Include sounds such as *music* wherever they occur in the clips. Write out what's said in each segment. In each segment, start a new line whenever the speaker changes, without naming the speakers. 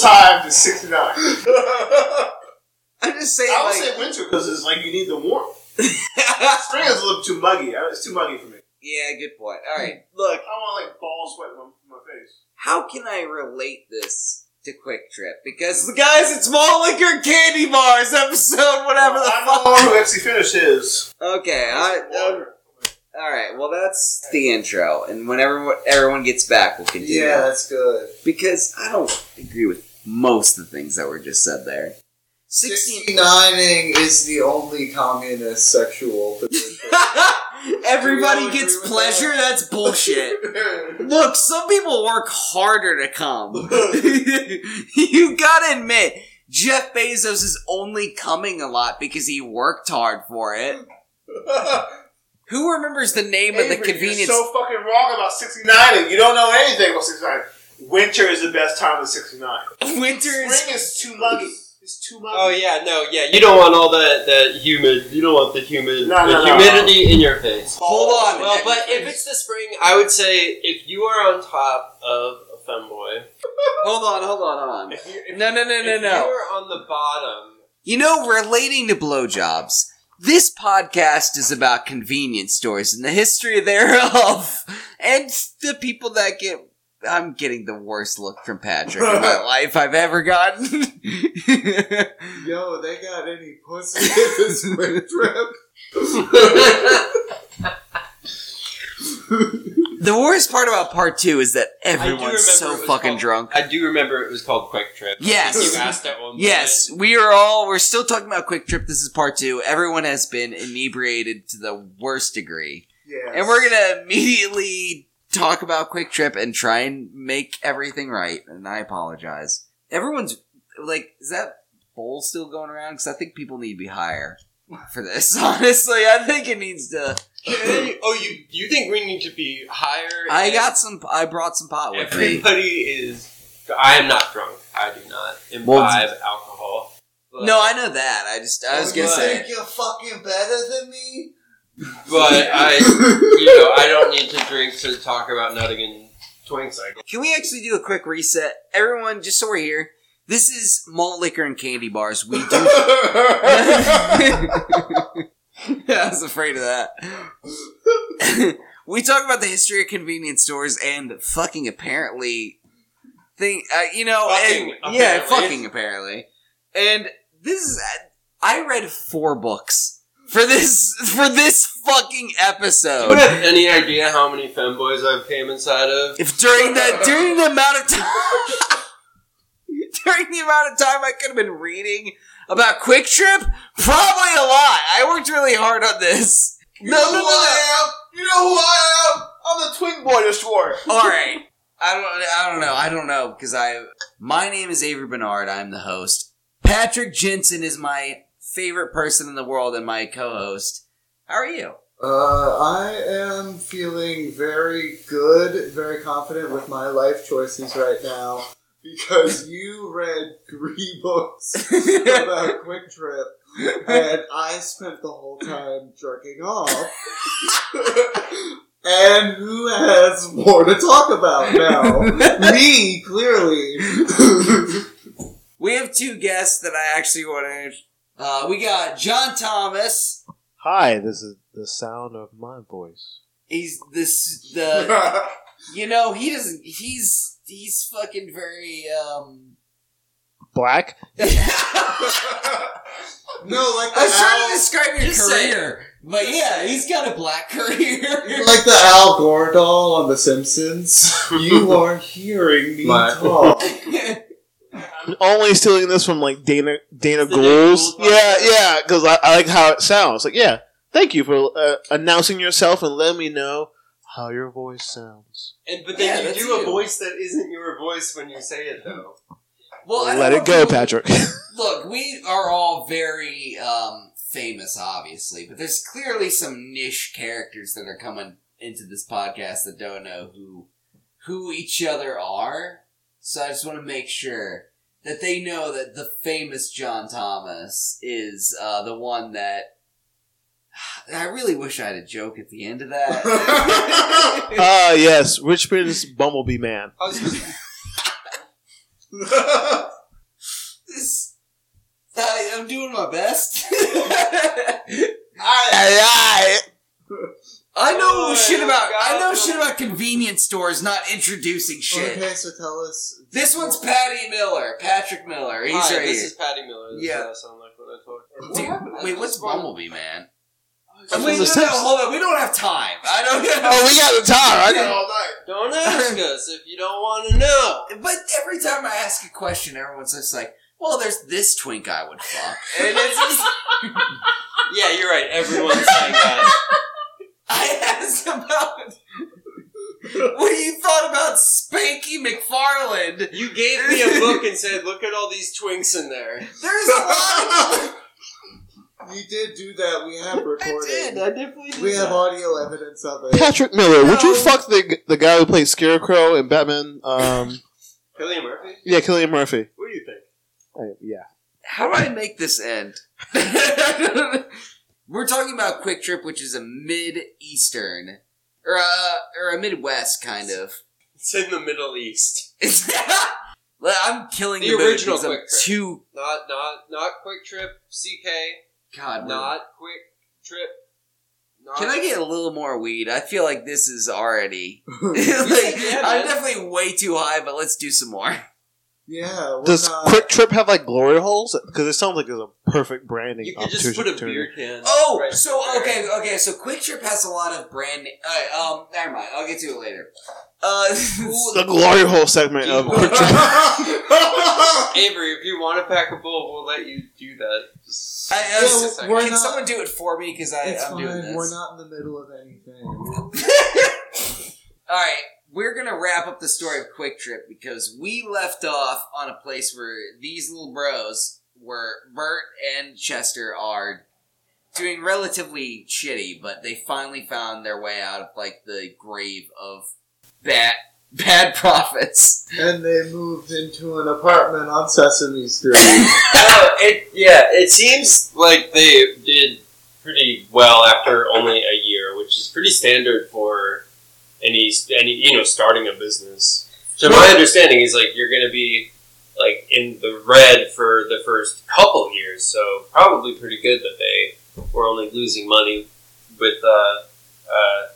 time to 69. I
I'm just saying.
would
like,
say winter because it's like you need the warmth.
*laughs*
Spring is a little too muggy. I- It's too muggy for me.
yeah, good point. All right, look.
I don't want like ball sweat on my face.
How can I relate this to Quick Trip? Because guys, it's malt liquor candy bars episode, whatever the
Oh, I
fuck.
know who FC Finish is.
Okay, I, um,
*laughs* Water.
all right. Well, that's the intro, and whenever everyone gets back, we'll continue.
Yeah, that's good.
because I don't agree with most of the things that were just said there. 16.
69ing is the only communist sexual *laughs* position.
*laughs* Everybody
Do you
gets
agree with
pleasure? That's bullshit. Look, some people work harder to
*laughs*
come. *laughs* you gotta admit, Jeff Bezos is only coming a lot because he worked hard for it. Who remembers the name of the
Avery,
convenience?
You're
*laughs*
so fucking wrong about 69 and you don't know anything about 69. Winter is the best time of 69.
Winter is
Spring is too muggy. It's too muggy.
*laughs* Oh yeah, no, yeah. You don't want all that that humid. You don't want the humid
No,
the
no, no.
humidity in your face.
Hold on.
Well, but if it's the spring, I would say if you are on top of a femboy,
Hold on, hold on, hold on.
if you, if,
No, no, no,
if
no,
you
no.
are on the bottom,
You know, relating to blowjobs, this podcast is about convenience stores and the history thereof, *laughs* and the people that get. I'm getting the worst look from Patrick in
*laughs*
my life I've ever gotten. *laughs*
Yo, they got any pussy in *laughs* this spring trip?
the worst part about part two is that
do remember
everyone's so
it was
fucking
called-
drunk.
I do remember it was called Quick Trip. I think
Yes.
you asked at one. point.
Yes, we are all. We're still talking about Quick Trip. This is part two. Everyone has been inebriated to the worst degree.
Yeah.
And we're gonna immediately talk about Quick Trip and try and make everything right. And I apologize. Everyone's like, is that bowl still going around? Because I think people need to be higher for this. *laughs* Honestly, I think it needs to.
Hey, oh, you you think we need to be higher?
I
and
got some. I brought some pot with me.
Everybody is. I am not drunk. I do not imbibe
Well,
alcohol. But,
No, I know that. I just. I was
you
gonna say.
think you're fucking better than me?
*laughs*
but I, you know, I don't need to drink to talk about nutting and twinks. I guess.
Can we actually do a quick reset? Everyone, just so we're here, this is malt liquor and candy bars. We do. *laughs* I was afraid of that. *laughs* we talk about the history of convenience stores and fucking apparently thing. Uh, you know,
Fucking
and- yeah,
apparently.
fucking apparently. And this is. I read four books for this *laughs* for this fucking
Do you
episode.
have any idea how many femboys I've came
*laughs*
inside of?
If during that during the amount of time *laughs* during the amount of time I could have been reading about Quick Trip, probably a lot. I worked really hard on this.
You
No,
know
no,
who
no, no.
I am? You know who I am?
I'm the twin boy this war.
All right. I don't. I don't know. I don't know because I. My name is Avery Bernard. I'm the host. Patrick Jensen is my favorite person in the world and my co-host. How are you? *laughs*
Uh, I am feeling very good, very confident with my life choices right now because you read three books *laughs*
*laughs*
about Quick Trip and I spent the whole time jerking
*laughs*
off. and who has more to talk about
*laughs*
now? Me, clearly.
We have two guests that I actually want to. Uh, we got John Thomas.
Hi, this is the sound of my voice.
He's this the You know, he doesn't. He's he's fucking very. *laughs* um...
Black?
no, like
I
the
was trying to
Al,
describe your
Just say
career, but yeah, he's got a black *laughs* career.
like the Al Gore doll on The Simpsons.
*laughs*
You are hearing me
My-
talk.
I'm only stealing this from like Dana Dana
Is it Dana
Goals.
Gould?
Yeah, yeah, because I, I like how it sounds. Like, yeah, thank you for uh, announcing yourself and letting me know how your voice sounds.
And but
Yeah,
then you
that's
do
you.
a voice that isn't your voice when you say it though.
*laughs* well, I don't
Let
know
it go,
if you-
*laughs* Patrick.
Look, we are all very um, famous, obviously, but there's clearly some niche characters that are coming into this podcast that don't know who who each other are. So I just want to make sure that they know that the famous John Thomas is uh, the one that. I really wish I had a joke at the end of
*laughs*
that.
*laughs* Ah, yes, Richmond's Bumblebee Man.
I was just,
This, I, I'm doing my best. I know
Oh,
shit
I
about
got
I know
them.
shit about convenience stores not introducing shit.
*laughs* Okay, so tell us.
This one's Patty Miller, Patrick Miller. He's
Hi,
right
this
here.
is Patty Miller. This
Yeah.
yeah. does sound like what I told her.
Dude, wait, what's Bumblebee, man? Wait,
Oh,
the
no, no,
Simpsons.
hold on. We don't have time. I
*laughs*
don't know.
Oh, we got the
I
time. I
did
know.
all night.
Don't ask us if you don't want to know.
*laughs* But every time I ask a question, everyone's just like, well, there's this twink I would fuck. *laughs*
And it's just, yeah, you're right. Everyone's saying that.
I asked about *laughs* what you thought about Spanky McFarland.
You gave me a book and said, "Look at all these twinks in there."
There's a
*laughs*
lot of
You did do that. We have recording.
I definitely
We have audio evidence of
*laughs*
it.
Patrick Miller, would you
No.
fuck the the guy who played Scarecrow in Batman?
*laughs*
Um,
Killian Murphy.
yeah, Killian Murphy.
What do you think?
Uh, yeah.
How do I make this end? *laughs* We're talking about Quick Trip, which is a mid eastern or a, or a Midwest kind of. *laughs*
It's in the Middle East.
Well, I'm killing the,
The
mood
original
because I'm
Quick Trip.
Too
Not, not, not Quick Trip. CK.
God. we're-
Not Quick Trip. Not
Can I get a little more weed? I feel like this is
*laughs*
already. *laughs* like,
yeah,
I'm
man.
definitely way too high, but let's do some
*laughs*
more.
yeah. we're
Does
not-
Quick Trip have like glory holes? Because it sounds like there's a perfect branding
You could
opportunity.
just put a beer can.
Oh,
right
so
there.
okay, okay. So Quick Trip has a lot of brand. Uh, um, never mind. I'll get to it later. Uh, *laughs*
The glory hole
*laughs*
segment of Quick Trip.
*laughs*
Avery, if you want to pack a bowl, we'll let you do that. Just-
I, I was
Yeah,
just-
we're
can
not-
someone do it for me? Because I'm
It's fine.
doing this.
We're not in the middle of anything.
All right, we're gonna wrap up the story of Quick Trip because we left off on a place where these little bros were Bert and Chester are doing relatively shitty, but they finally found their way out of like the grave of bad *laughs* bad profits.
And they moved into an apartment on Sesame Street. *laughs*
Oh, it yeah. It seems like they did pretty well after only a year, which is pretty standard for any any you know starting a business. So my understanding is like you're going to be like in the red for the first couple years, so probably pretty good that they were only losing money with uh, uh,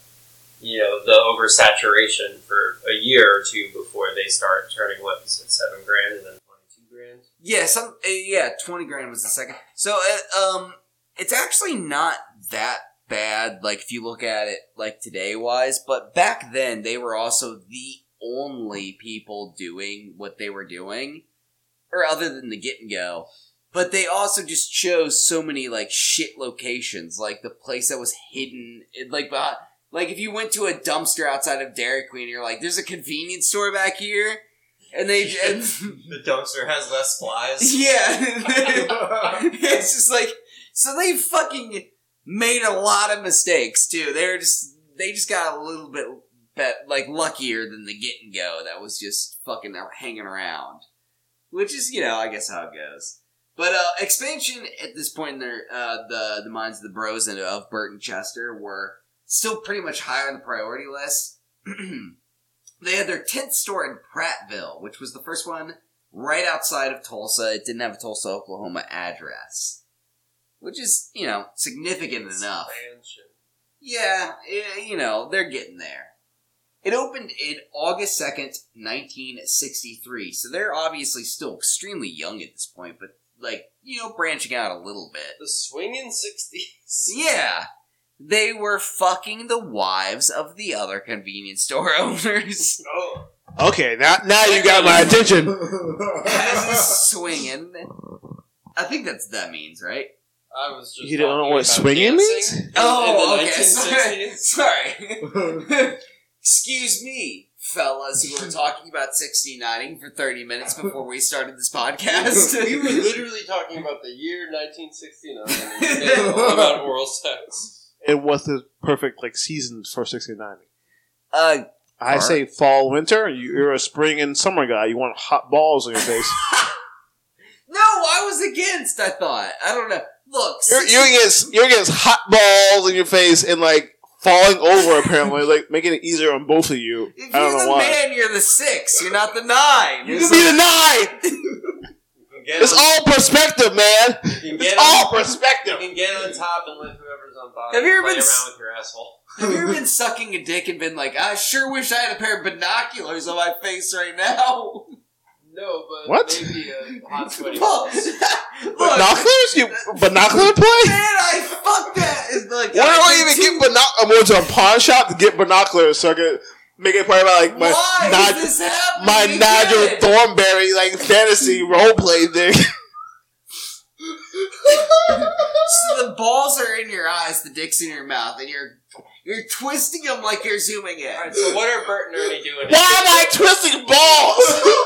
you know the oversaturation for a year or two before they start turning what is it seven grand and then twenty two grand.
Yeah, some uh, yeah, twenty grand was the second. So uh, um, it's actually not that bad. Like if you look at it like today wise, but back then they were also the only people doing what they were doing, or other than the get and go. But they also just chose so many like shit locations, like the place that was hidden, it- like behind. Like if you went to a dumpster outside of Dairy Queen, you're like, "There's a convenience store back here," and they and,
the dumpster has less
*laughs*
flies.
yeah. it's just like so they fucking made a lot of mistakes too. They were just they just got a little bit bet, like luckier than the get and go that was just fucking hanging around. Which is, you know, I guess how it goes. But uh, expansion at this point in their uh, the the minds of the bros and of Bert and Chester were still pretty much high on the priority list. *clears throat* they had their tenth store in Prattville, which was the first one right outside of Tulsa. It didn't have a Tulsa, Oklahoma address, which is you know significant enough. Yeah, eh, you know they're getting there. It opened in August second, nineteen sixty three. So they're obviously still extremely young at this point, but like you know branching out a little bit.
The swinging sixties.
Yeah. They were fucking the wives of the other convenience store *laughs* owners.
Oh,
Okay, now now you got my attention.
As is swinging. I think that's that means, right? *laughs*
I was just.
You don't know
talking
what
about
swinging
dancing
means?
in
Oh,
the
okay.
1960s.
*laughs* Sorry. Excuse me, fellas who were talking about 69ing for 30 minutes before we started this podcast.
We were literally talking about the year
*laughs*
1969 and about oral sex.
And what's the perfect like season for 69?
uh,
I
Alright.
say fall, winter. You- You're a spring and summer guy. You want hot balls on your face.
no, I was against, I thought. I don't know. Look,
you're,
60
you're against you're against hot balls in your face in like falling over apparently, *laughs* like making it easier on both of you.
If
I don't
you're the
know why.
man, you're the six. You're not the nine.
You
It's
can be the nine.
Get
It's
on-
all perspective, man.
you can
It's
get
all
on-
perspective.
You can get on top and let whoever's on bottom
Have you ever
play
been
around
s-
with your asshole.
Have
*laughs*
you ever been sucking a dick and been like, I sure wish I had a pair of binoculars on my face right now?
No, but
What?
maybe a hot
*laughs*
sweaty.
Look, look
Binoculars? You binocular play?
man, I fucked that. It's like,
Why do I even
too-
get binoculars? I'm going to a pawn shop to get binoculars so I can make it part of my like my
Why
Nigel-
is this happening?
my
again? *laughs*
Nigel Thornberry like fantasy role play thing.
So the balls are in your eyes, the dick's in your mouth, and you're you're twisting them like you're zooming in.
Alright, so what are Bert and Ernie doing?
Why am I twisting balls?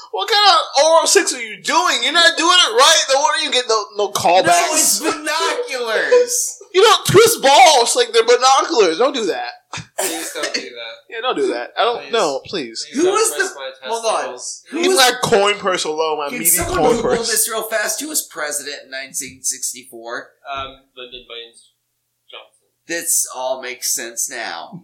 *laughs* what kind of oral sex are you doing? You're not doing it right. No wonder you get no no
No,
callbacks.
it's
*laughs*
binoculars.
you don't twist balls like they're binoculars. Don't do that.
Please don't do that.
Yeah, don't do that. I don't.
Please.
No, please.
*laughs*
Please
Who
don't
was
press
the-
my
hold on.
testicles.
Who
Keep
was-
my coin purse alone. My
Can
meaty
someone
coin
Google
purse.
this real fast? Who was president in 1964?
Um, Lyndon Baines Johnson.
This all makes sense
*laughs*
now.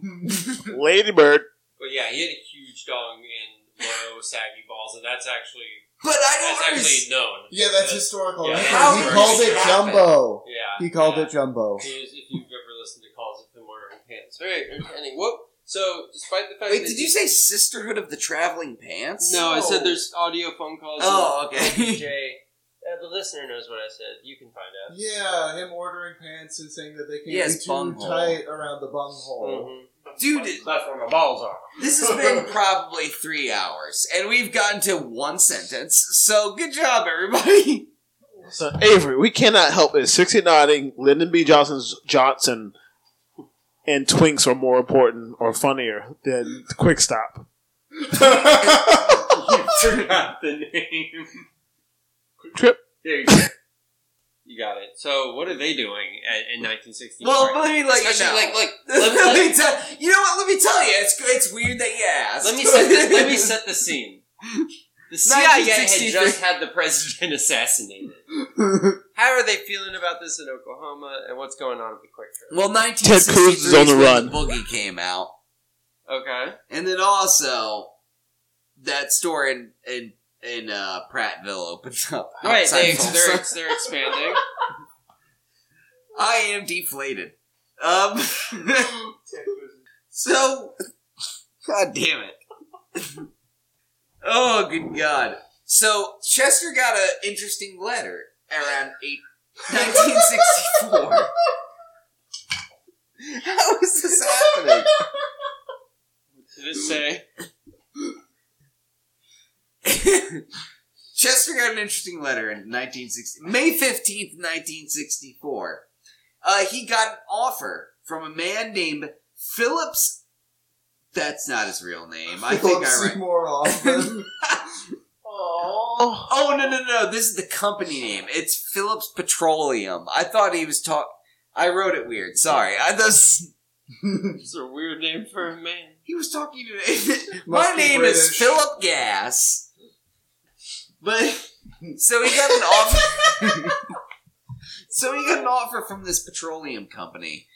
Ladybird.
But yeah, he had a huge dong and low saggy balls, and that's actually
But I
that's
don't
actually known.
Yeah, that's historical.
Yeah,
record.
that's
he
right.
called it
Happened.
Jumbo.
Yeah,
He called
yeah.
it Jumbo.
If you- If you've ever listened to calls of the murdering pants, very entertaining. Whoop. So, despite the fact
Wait,
that
did you say Sisterhood of the Traveling Pants?
No, I said there's audio phone calls.
Oh,
and-
*laughs* okay.
Jay, uh, the listener knows what I said. You can find out.
Yeah, him ordering pants and saying that they can't
Yes,
be too
bunghole. Mm-hmm.
tight around the bunghole.
Mhm.
Dude,
That's where my balls are.
this has
*laughs*
been probably three hours, and we've gotten to one sentence. So good job, everybody. *laughs*
So Avery, we cannot help it. Sixty nodding Lyndon B. Johnson's Johnson and Twinks are more important or funnier than Quick Stop.
*laughs* You forgot the name.
Trip.
There you go. You got it. So, what are they doing at, in 1964?
Well, let me let you
Especially,
know.
like, like,
*laughs* let,
let, let-
me tell you know what. Let me tell you. It's it's weird that you asked.
let me set
*laughs*
the, *laughs* let me set the scene. The CIA had
1963.
just had the president *laughs* assassinated. How are they feeling about this in Oklahoma, and what's going on at the quick trip?
Well,
Ted Cruz
1963
is on the
is when
run.
the Boogie came out,
Okay.
and then also that store in in in uh, Prattville opened up.
Right,
outside
they,
Tulsa.
they're, they're *laughs* expanding.
I am deflated. Um. *laughs* so, god damn it. oh, good god. So Chester got an interesting letter around eight, 1964. How is this happening?
Did it say?
Chester got an interesting letter in 1960, May 15th, 1964. Uh, he got an offer from a man named Phillips. That's not his real name. I think
Philip
I read.
Seymour
*laughs*
Hoffman.
Oh,
Oh no no no! This is the company name. It's Phillips Petroleum. I thought he was talk. I wrote it weird. Sorry. I those.
It's a weird name for a man.
He was talking to. *laughs* My
be
name is
British.
Philip Gas. But so he got an offer. *laughs* so he got an offer from this petroleum company,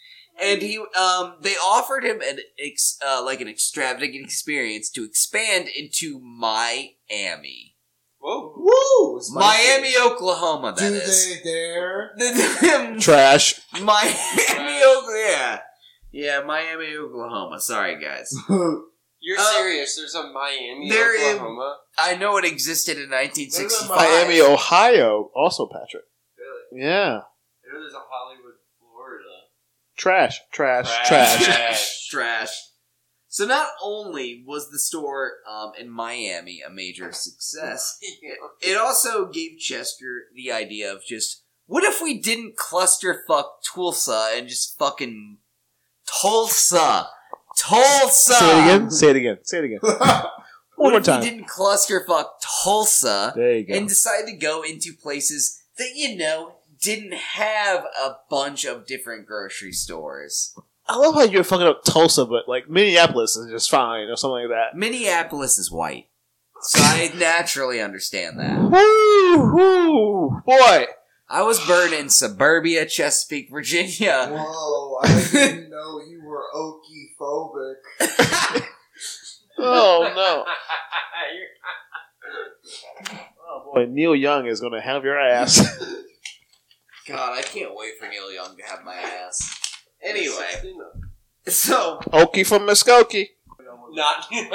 and he um they offered him an ex, uh, like an extravagant experience to expand into Miami,
Whoa.
Woo!
Miami, Oklahoma. That
Do
is.
they dare?
trash.
*laughs* Miami, Oklahoma. Yeah. Yeah, Miami, Oklahoma. Sorry, guys.
You're
Uh,
serious? There's a Miami,
there is-
Oklahoma.
I know it existed in 1965.
Miami, Ohio. Also, Patrick.
Really?
Yeah,
I know there's a Hollywood, Florida.
trash, trash,
*laughs*
trash.
Trash.
Trash. So not only was the store um, in Miami a major *laughs* success, it, it also gave Chester the idea of just what if we didn't cluster fuck Tulsa and just fucking Tulsa, Tulsa.
Say it again. Say it again. Say it *laughs* again. One
What
more
if we
time.
didn't cluster fuck Tulsa
There you go.
and decide to go into places that you know didn't have a bunch of different grocery stores.
I love how you're fucking up Tulsa, but like Minneapolis is just fine or something like that.
Minneapolis is white, so I naturally understand that.
Woo, woo, boy.
I was born in suburbia, Chesapeake, Virginia. *laughs*
Whoa! I didn't know you were okie phobic.
Oh no!
You're-
Boy, Neil Young is gonna have your ass. *laughs*
God, I can't wait for Neil Young to have my ass. Anyway,
You know,
so
Okie from Muskokie.
Not *laughs* young.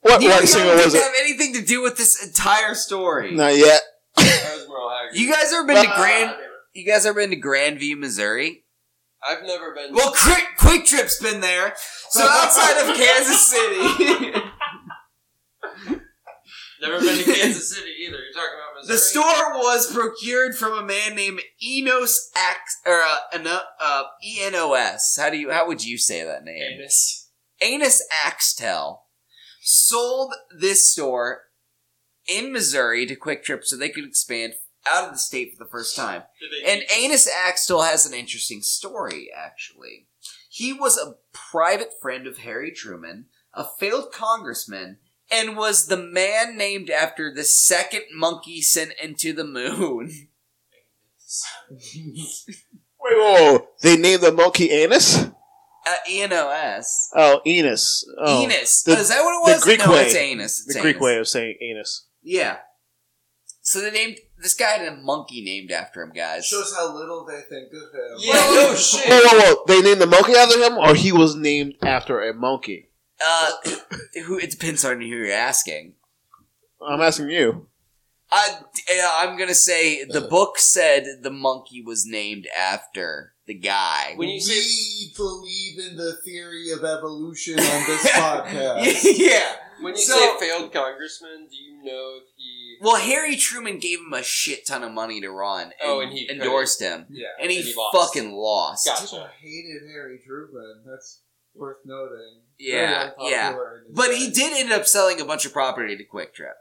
What
Neil
rock
Young
singer was
doesn't
it?
have anything to do with this entire story.
Not yet.
That was Merle Haggard.
You guys ever been to Grand? You guys ever been to Grandview, Missouri?
I've never been.
Well, Quick, Quick Trip's been there, so outside of Kansas City, *laughs*
never been to Kansas City either. You're talking about Missouri.
the store was procured from a man named Enos Ax or uh, Eno- uh, E N O S. How do you? How would you say that name?
Anus.
Anus Axtell sold this store in Missouri to Quick Trip so they could expand out of the state for the first time.
Did they
And Anus Axtell has an interesting story, actually. He was a private friend of Harry Truman, a failed congressman, and was the man named after the second monkey sent into the moon. *laughs*
Wait, whoa! whoa. They named the monkey Anus.
Uh, E-N-O-S.
Oh, Enos. Oh,
Enos.
the-
Is that what
the
it was?
Greek
no,
way.
it's anus.
The
It's
Greek
anus.
way of saying anus.
Yeah. So they named this guy had a monkey named after him, guys.
Shows how little they think of him.
Yeah,
Oh,
no
Whoa,
shit.
whoa, whoa! They named the monkey after him, or he was named after a monkey.
Uh, *coughs* who it depends on who you're asking.
I'm asking you.
I yeah, I'm gonna say the book said the monkey was named after the guy.
When you say
we believe in the theory of evolution on this
*laughs*
podcast.
yeah.
when you
So-
say failed congressman, do you know if he?
Well, Harry Truman gave him a shit ton of money to run.
Oh, and he-
endorsed him,
Yeah.
and he,
and he lost.
fucking lost.
People
Gotcha.
hated Harry Truman. That's worth noting.
Yeah,
Very
yeah.
unpopular in his
But
day.
he did end up selling a bunch of property to Quick Trip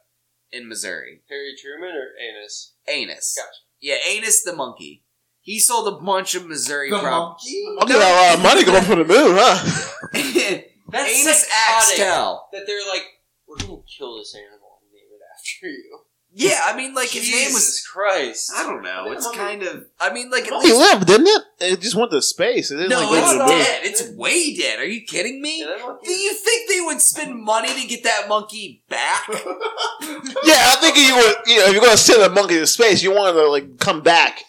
in Missouri.
Harry Truman or Anus?
Anus.
Gotcha.
Yeah, Anus the monkey. He sold a bunch of Missouri
The
property.
monkey?
Monkey got a lot of money going from the moon, huh?
That's
*laughs* Anus
psychotic.
Axtell.
That they're like, we're gonna kill this animal and name it after you.
Yeah, I mean, like his name was.
Jesus Christ.
I don't know.
Yeah,
Oh, It's
monkey.
kind of. I mean, like at
Monkey
least-
lived, didn't it? It just went to space. It didn't
no,
like, go
it's
to the
what
moon.
about-
dead. It's way dead. Are you kidding me?
Yeah, that
Do
monkey-
you think they would spend money to get that monkey
*laughs*
back?
Yeah, I think if you would. You know, if you're gonna send a monkey to space, you want him to like come back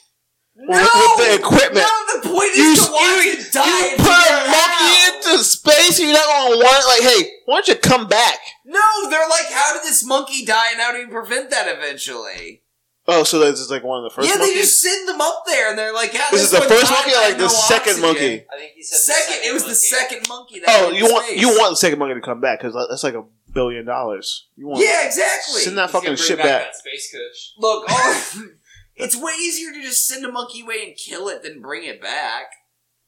no.
with, with the equipment.
No, the point is
You
to watch
you-
it die.
you
and
put
figure
a
out how.
monkey into space. You're not gonna want like, hey, why don't you come back?
No, they're like, how did this monkey die, and how do we prevent that eventually?
Oh, so that's just like one of the first.
yeah,
monkeys?
they just send them up there, and they're like, yeah,
This is the
one
first
died
monkey, or
by
like the
no
second
oxygen.
monkey.
I think he said the
Second, it was the
monkey.
second monkey. That
Oh,
went
you
to
want
space.
you want the second monkey to come back because that's like a billion dollars. You want
Yeah, exactly.
send that
He's gonna bring
fucking shit back.
that space kush.
Look,
*laughs*
all, *laughs* it's way easier to just send a monkey away and kill it than bring it back.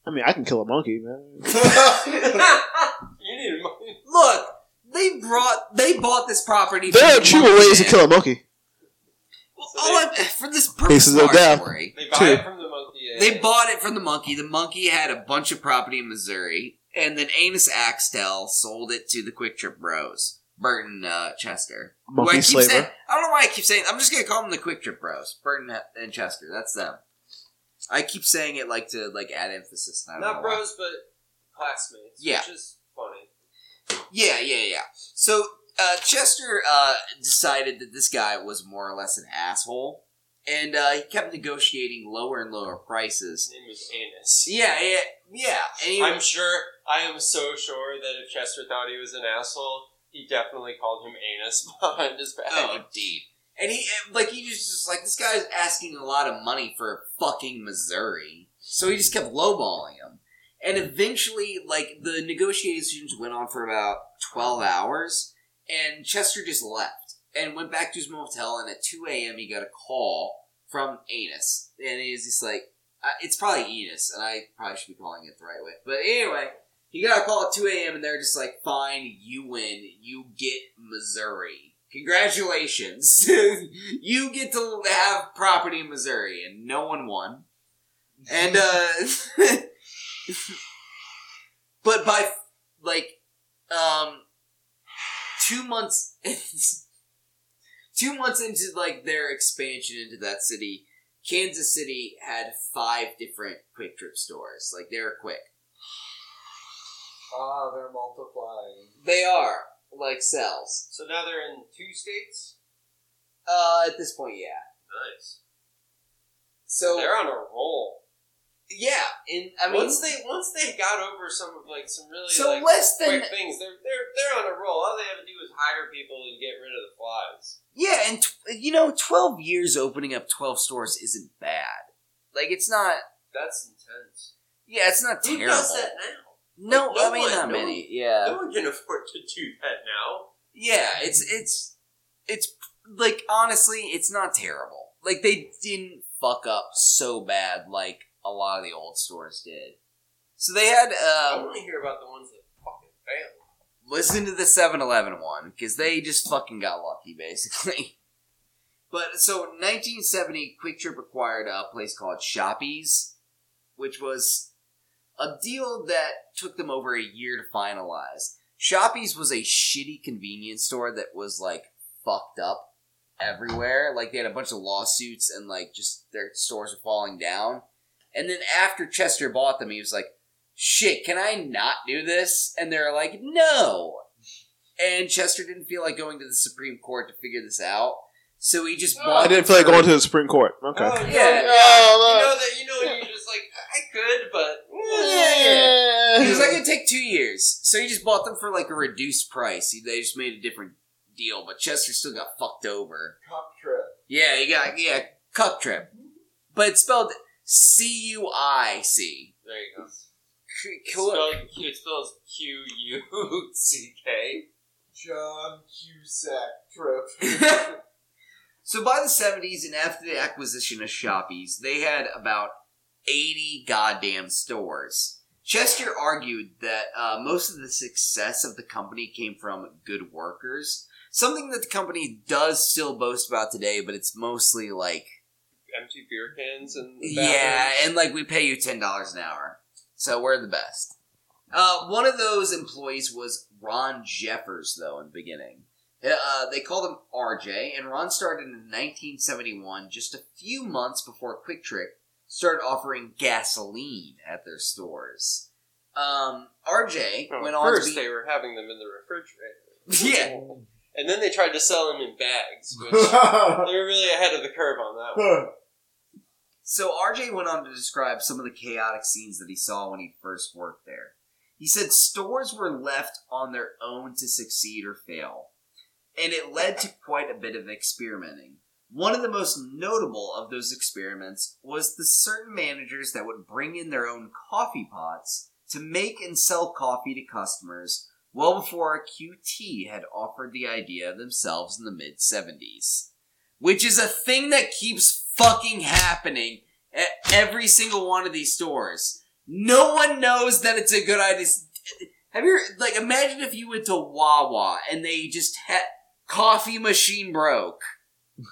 I mean, I can kill a monkey, man.
You need money.
Look, they brought they bought this property. from
There are
the
cheaper
monkey
ways to
man.
kill a monkey.
Well, all I'm, for this purpose
Pieces
of
of
our
death.
story,
They buy
Two.
it from the monkey. and-
they bought it from the monkey. The monkey had a bunch of property in Missouri, and then Amos Axtell sold it to the Quick Trip Bros, Burton uh, Chester. Who I
Monkey
keep saying-
slaver.
I don't know why I keep saying. I'm just gonna call them the Quick Trip Bros, Burton and Chester. That's them. I keep saying it like to like add emphasis. and I don't know
not
why.
bros, but classmates.
Yeah.
which is funny.
Yeah, yeah, yeah. So uh, Chester uh, decided that this guy was more or less an asshole, and uh, he kept negotiating lower and lower
His
prices.
name was Anus.
Yeah, yeah, yeah. And he,
I'm sure. I am so sure that if Chester thought he was an asshole, he definitely called him Anus *laughs* behind his back.
oh, indeed. And he and, like he just was like this guy's asking a lot of money for fucking Missouri, so he just kept lowballing him. And eventually, like the negotiations went on for about twelve hours, and Chester just left and went back to his motel. And at two a.m., he got a call from Anus, and he's just like, I- "It's probably Enos," and I probably should be calling it the right way. But anyway, he got a call at two a.m., and they're just like, "Fine, you win. You get Missouri. Congratulations, *laughs* you get to have property in Missouri." And no one won. *laughs* And uh, *laughs* but by like um two months *laughs* two months into like their expansion into that city kansas city had five different quick trip stores like they were quick
Ah, they're multiplying.
They are like cells.
So now they're in two states.
Uh, at this point, yeah.
Nice.
So
they're on a roll.
yeah, in I mean,
once they once they got over some of like some really
so
like,
less than
quick things, they're they're they're on a roll. All they have to do is hire people and get rid of the flies.
yeah, and tw- you know, twelve years opening up twelve stores isn't bad. Like it's not.
That's intense.
Yeah, it's not
Who
terrible.
does that now?
No,
Like, no
I mean
one-
not
no
many. Yeah,
no one can afford to do that now.
yeah. It's it's it's like honestly, it's not terrible. Like they didn't fuck up so bad like a lot of the old stores did. So they had
I
um,
want to hear about the ones that fucking fail.
listen to the 7-Eleven one because they just fucking got lucky, basically. *laughs* But so, in 1970, Quick Trip acquired a place called Shoppies, which was a deal that took them over a year to finalize. Shoppies was a shitty convenience store that was like fucked up everywhere. Like they had a bunch of lawsuits and like just their stores were falling down. And then after Chester bought them, he was like, shit, can I not do this? And they're like, no. And Chester didn't feel like going to the Supreme Court to figure this out. So he just bought
I didn't feel like going to the Supreme Court. Okay.
Oh,
Yeah.
yeah, yeah.
Oh,
You
no.
know that you know when you're just like I could, but
He was like, it'd take two years. So he just bought them for like a reduced price. He- They just made a different deal, but Chester still got fucked over.
Cop trip.
Yeah, he got, yeah, cup trip. But it's spelled C U I C.
There you go.
C-
It's
Cool.
spelled, it spells Q U *laughs* C K.
John Cusack
*laughs*
trip.
So by the 70s and after the acquisition of Shoppies, they had about 80 goddamn stores. Chester argued that uh, most of the success of the company came from good workers, something that the company does still boast about today, but it's mostly like,
Empty beer cans and
yeah, and like we pay you $10 an hour. So we're the best. Uh, one of those employees was Ron Jeffers, though, in the beginning. Uh, they called him RJ, and Ron started in 1971, just a few months before Quick Trip started offering gasoline at their stores. Um, RJ went on
Oh, first
to be,
they were having them in the refrigerator.
*laughs* yeah,
And then they tried to sell them in bags, which they were really ahead of the curve on that one.
So RJ went on to describe some of the chaotic scenes that he saw when he first worked there. He said stores were left on their own to succeed or fail, and it led to quite a bit of experimenting. One of the most notable of those experiments was the certain managers that would bring in their own coffee pots to make and sell coffee to customers well before QT had offered the idea themselves in the mid 70s which is a thing that keeps fucking happening at every single one of these stores. No one knows that it's a good idea. Have you like imagine if you went to Wawa and they just had coffee machine
*laughs*
broke.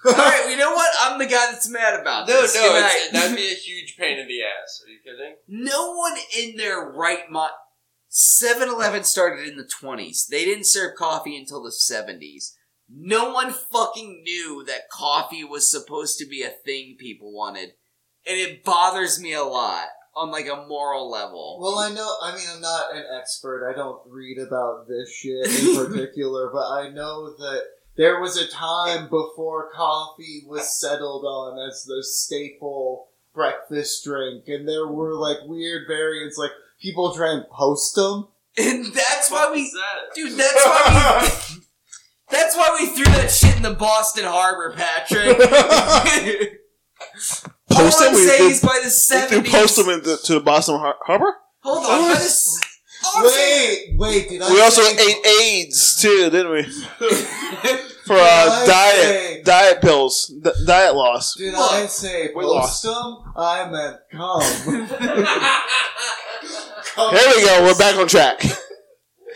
All right, you know what? I'm the guy *laughs* that's mad about
No, no,
this. Good
it's,
night.
that'd be a huge pain in the ass. Are you kidding?
No one in their right mind. 7 Eleven started in the 20s. They didn't serve coffee until the 70s. No one fucking knew that coffee was supposed to be a thing people wanted. And it bothers me a lot on like a moral level.
Well, I know. I mean, I'm not an expert. I don't read about this shit
*laughs*
in particular, but I know that there was a time before coffee was settled on as the staple breakfast drink, and there were like weird variants. Like people drank postum.
*laughs* and that's why
What
we
*laughs*
is that?
Dude, that's why we *laughs* That's why we threw that shit in the Boston Harbor,
*laughs*
Patrick. *laughs* All
Postum?
I'm
We
saying is
threw-
by the
we threw
70s.
Postum into to the Boston Har- Harbor?
Hold on.
*laughs*
by the s- all I'm saying-
Wait, wait. Did I?
We also
say-
ate AIDS, too, didn't we? *laughs* For
Did
uh,
I
diet
say-
diet pills, d- diet loss.
Did
Look,
I say
we lost.
postum? I meant cum. cum.
Here we go. We're back on track.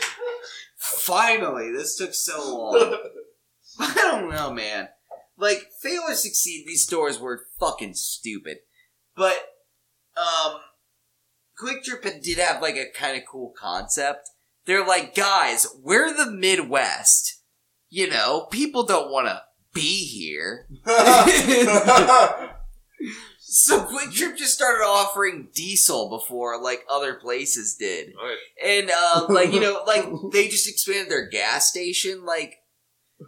*laughs*
Finally, this took so long. I don't know, man. Like, fail or succeed, these stores were fucking stupid. But, um, Quick Trip did have, like, a kind of cool concept. They're like, guys, we're the Midwest. You know, people don't want to be here. So Quick Trip just started offering diesel before, like other places did,
Alright.
and uh, like you know, like they just expanded their gas station. Like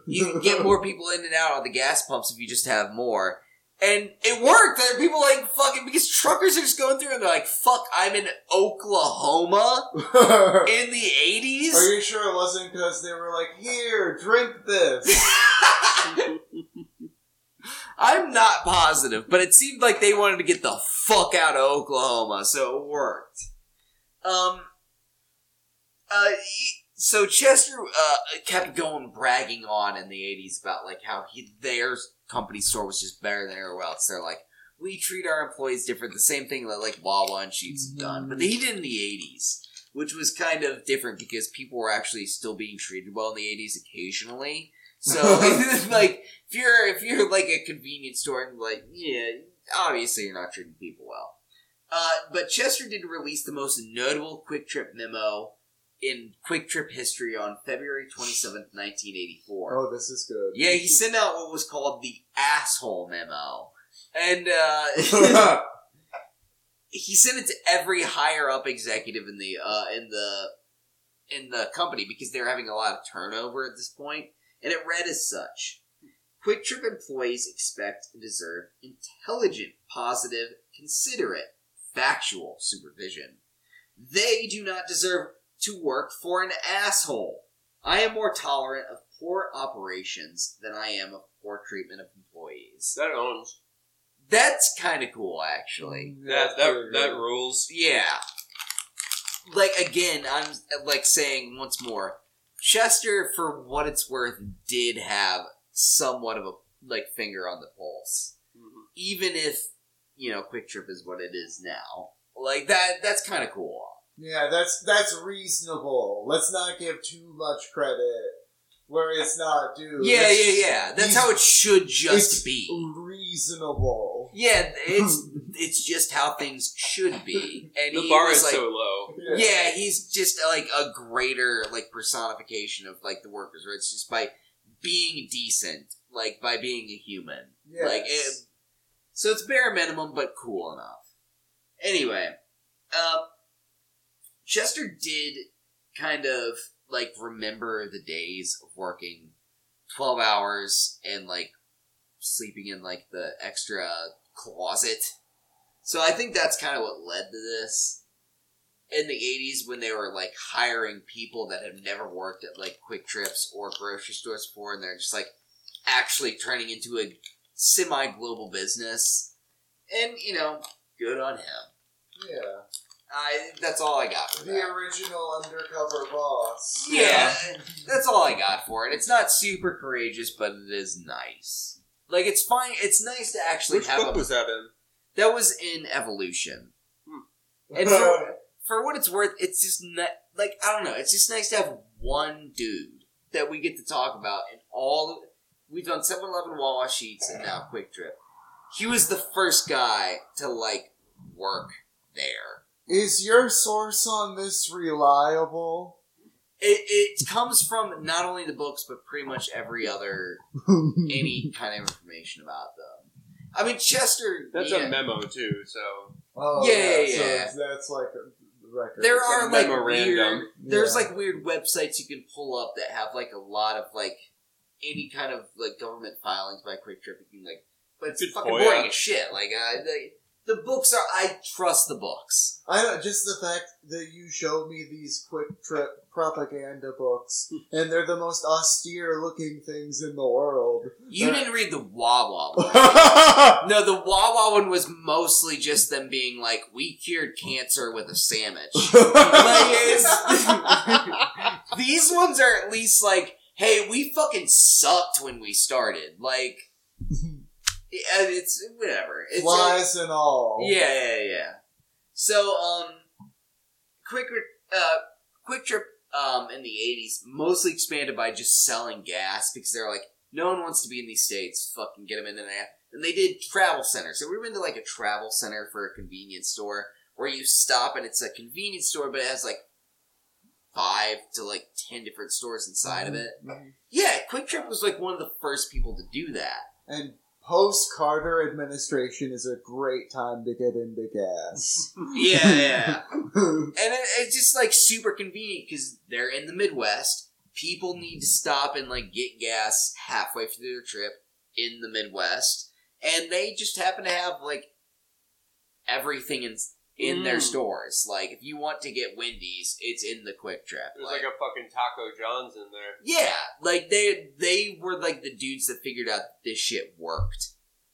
you can get more people in and out of the gas pumps if you just have more, and it worked. There are people like fucking because truckers are just going through and they're like, "Fuck, I'm in Oklahoma
*laughs*
*laughs*
Are
in the '80s."
you sure it wasn't because they were like, here, drink this?
I'm not positive, but it seemed like they wanted to get the fuck out of Oklahoma, so it worked. Um, uh, he- so Chester uh, kept going bragging on in the '80s about like how he, their company store was just better than everywhere else. They're like, we treat our employees different. The same thing that like Wawa and Sheets have done, but he did in the '80s, which was kind of different because people were actually still being treated well in the '80s occasionally. So *laughs* like if you're if you're like a convenience store and like yeah, obviously you're not treating people well. Uh, but Chester did release the most notable Quick Trip memo in Quick Trip history on February twenty seventh, nineteen eighty four.
*laughs* Oh, this is good.
Yeah,
*laughs*
he sent out what was called the asshole memo, and uh,
That's
he sent it to every higher up executive in the uh, in the in the company because they were having a lot of turnover at this point, and it read as such: Quick Trip employees expect and deserve intelligent, positive, considerate, factual supervision. They do not deserve to work for an asshole. I am more tolerant of poor operations than I am of poor treatment of employees.
That owns.
That's kind of cool, actually.
That that that rules.
Yeah. Like again, I'm like saying once more, Chester, for what it's worth, did have somewhat of a like finger on the pulse,
Mm-hmm.
even if you know Quick Trip is what it is now. Like that, that's kind of cool.
Yeah, that's that's reasonable. Let's not give too much credit where it's not due.
Yeah,
That's-
yeah, yeah. That's
he's-
how it should
it's
just be.
reasonable.
Yeah,
*laughs*
it's it's just how things should be. And
The
he
bar
was
is
like,
so low.
Yeah, he's just like a greater like personification of like the workers, right? It's just by being decent, like by being a human.
Yes.
Like it, so it's bare minimum but cool enough. Anyway, um Chester did kind of like remember the days of working 12 hours and like sleeping in like the extra closet. So I think that's kind of what led to this. In the 80s, when they were like hiring people that have never worked at like quick trips or grocery stores before, and they're just like actually turning into a semi global business. And, you know, good on him.
yeah.
I, that's all I got for
The
that.
original undercover boss.
Yeah, that's all I got for it. It's not super courageous, but it is nice. Like it's fine. It's nice to actually
Which
have
book
a,
was that in?
that was in Evolution.
*laughs*
And
Yeah.
for, for what it's worth, it's just not, like I don't know. It's just nice to have one dude that we get to talk about and all. We've done 7-Eleven, Wawa sheets, and now Quick Trip. He was the first guy to like work there.
Is your source on this reliable?
It, it comes from not only the books, but pretty much every other any kind of information about them. I mean, Chester.
That's
yeah,
a memo too. So
Oh,
Yeah,
so
yeah.
that's like a record.
there are
a
like
memorandum.
weird. There's
Yeah.
like weird websites you can pull up that have like a lot of like any kind of like government filings by Quick Trip. You can like, but it's
Good
fucking
boy,
boring
yeah.
as shit. Like, I, the, the books are. I trust the books.
I don't, just the fact that you showed me these quick trip propaganda
*laughs*
books, and they're the most austere looking things in
*laughs*
the world.
You
Uh,
didn't read the Wawa
*laughs*
one.
yeah,
No, the Wawa one was mostly just them being like, "We cured cancer with a
*laughs*
sandwich." Like, it's- these ones are at least like, "Hey, we fucking sucked when we started." Like, yeah, it's whatever. It's
Flies and all.
yeah, yeah, yeah. So, um, quick, uh, quick trip, um, in the '80s mostly expanded by just selling gas because they're like, no one wants to be in these states. Fucking get them in there. And they did travel center. So we were into like a travel center for a convenience store where you stop and it's a convenience store, but it has like five to like ten different stores inside of it.
Mhm.
Yeah, Quick Trip was like one of the first people to do that.
And post Carter administration is a great time to get into gas.
*laughs*
*laughs*
Yeah, yeah. and it, it's just like super convenient because they're in the Midwest. People need to stop and like get gas halfway through their trip in the Midwest, and they just happen to have like everything in in their
Mm.
stores. Like if you want to get Wendy's, it's in the Quick Trip.
There's like a fucking Taco John's in there.
Yeah, like they they were like the dudes that figured out that this shit worked.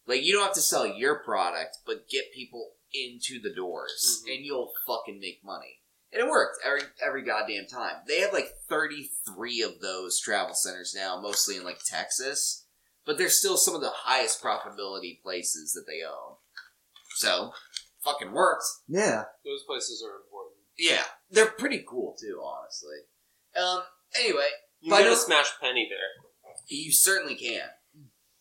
Like you don't have to sell your product, but get people into the doors,
Mhm.
and you'll fucking make money. And it worked every every goddamn time. They have like thirty three of those travel centers now, mostly in like Texas, but they're still some of the highest profitability places that they own. So, fucking worked.
yeah.
Those places are important.
Yeah, they're pretty cool too, honestly. Um. Anyway,
You
But
can get
I
a
don't-
smash penny there.
You certainly can.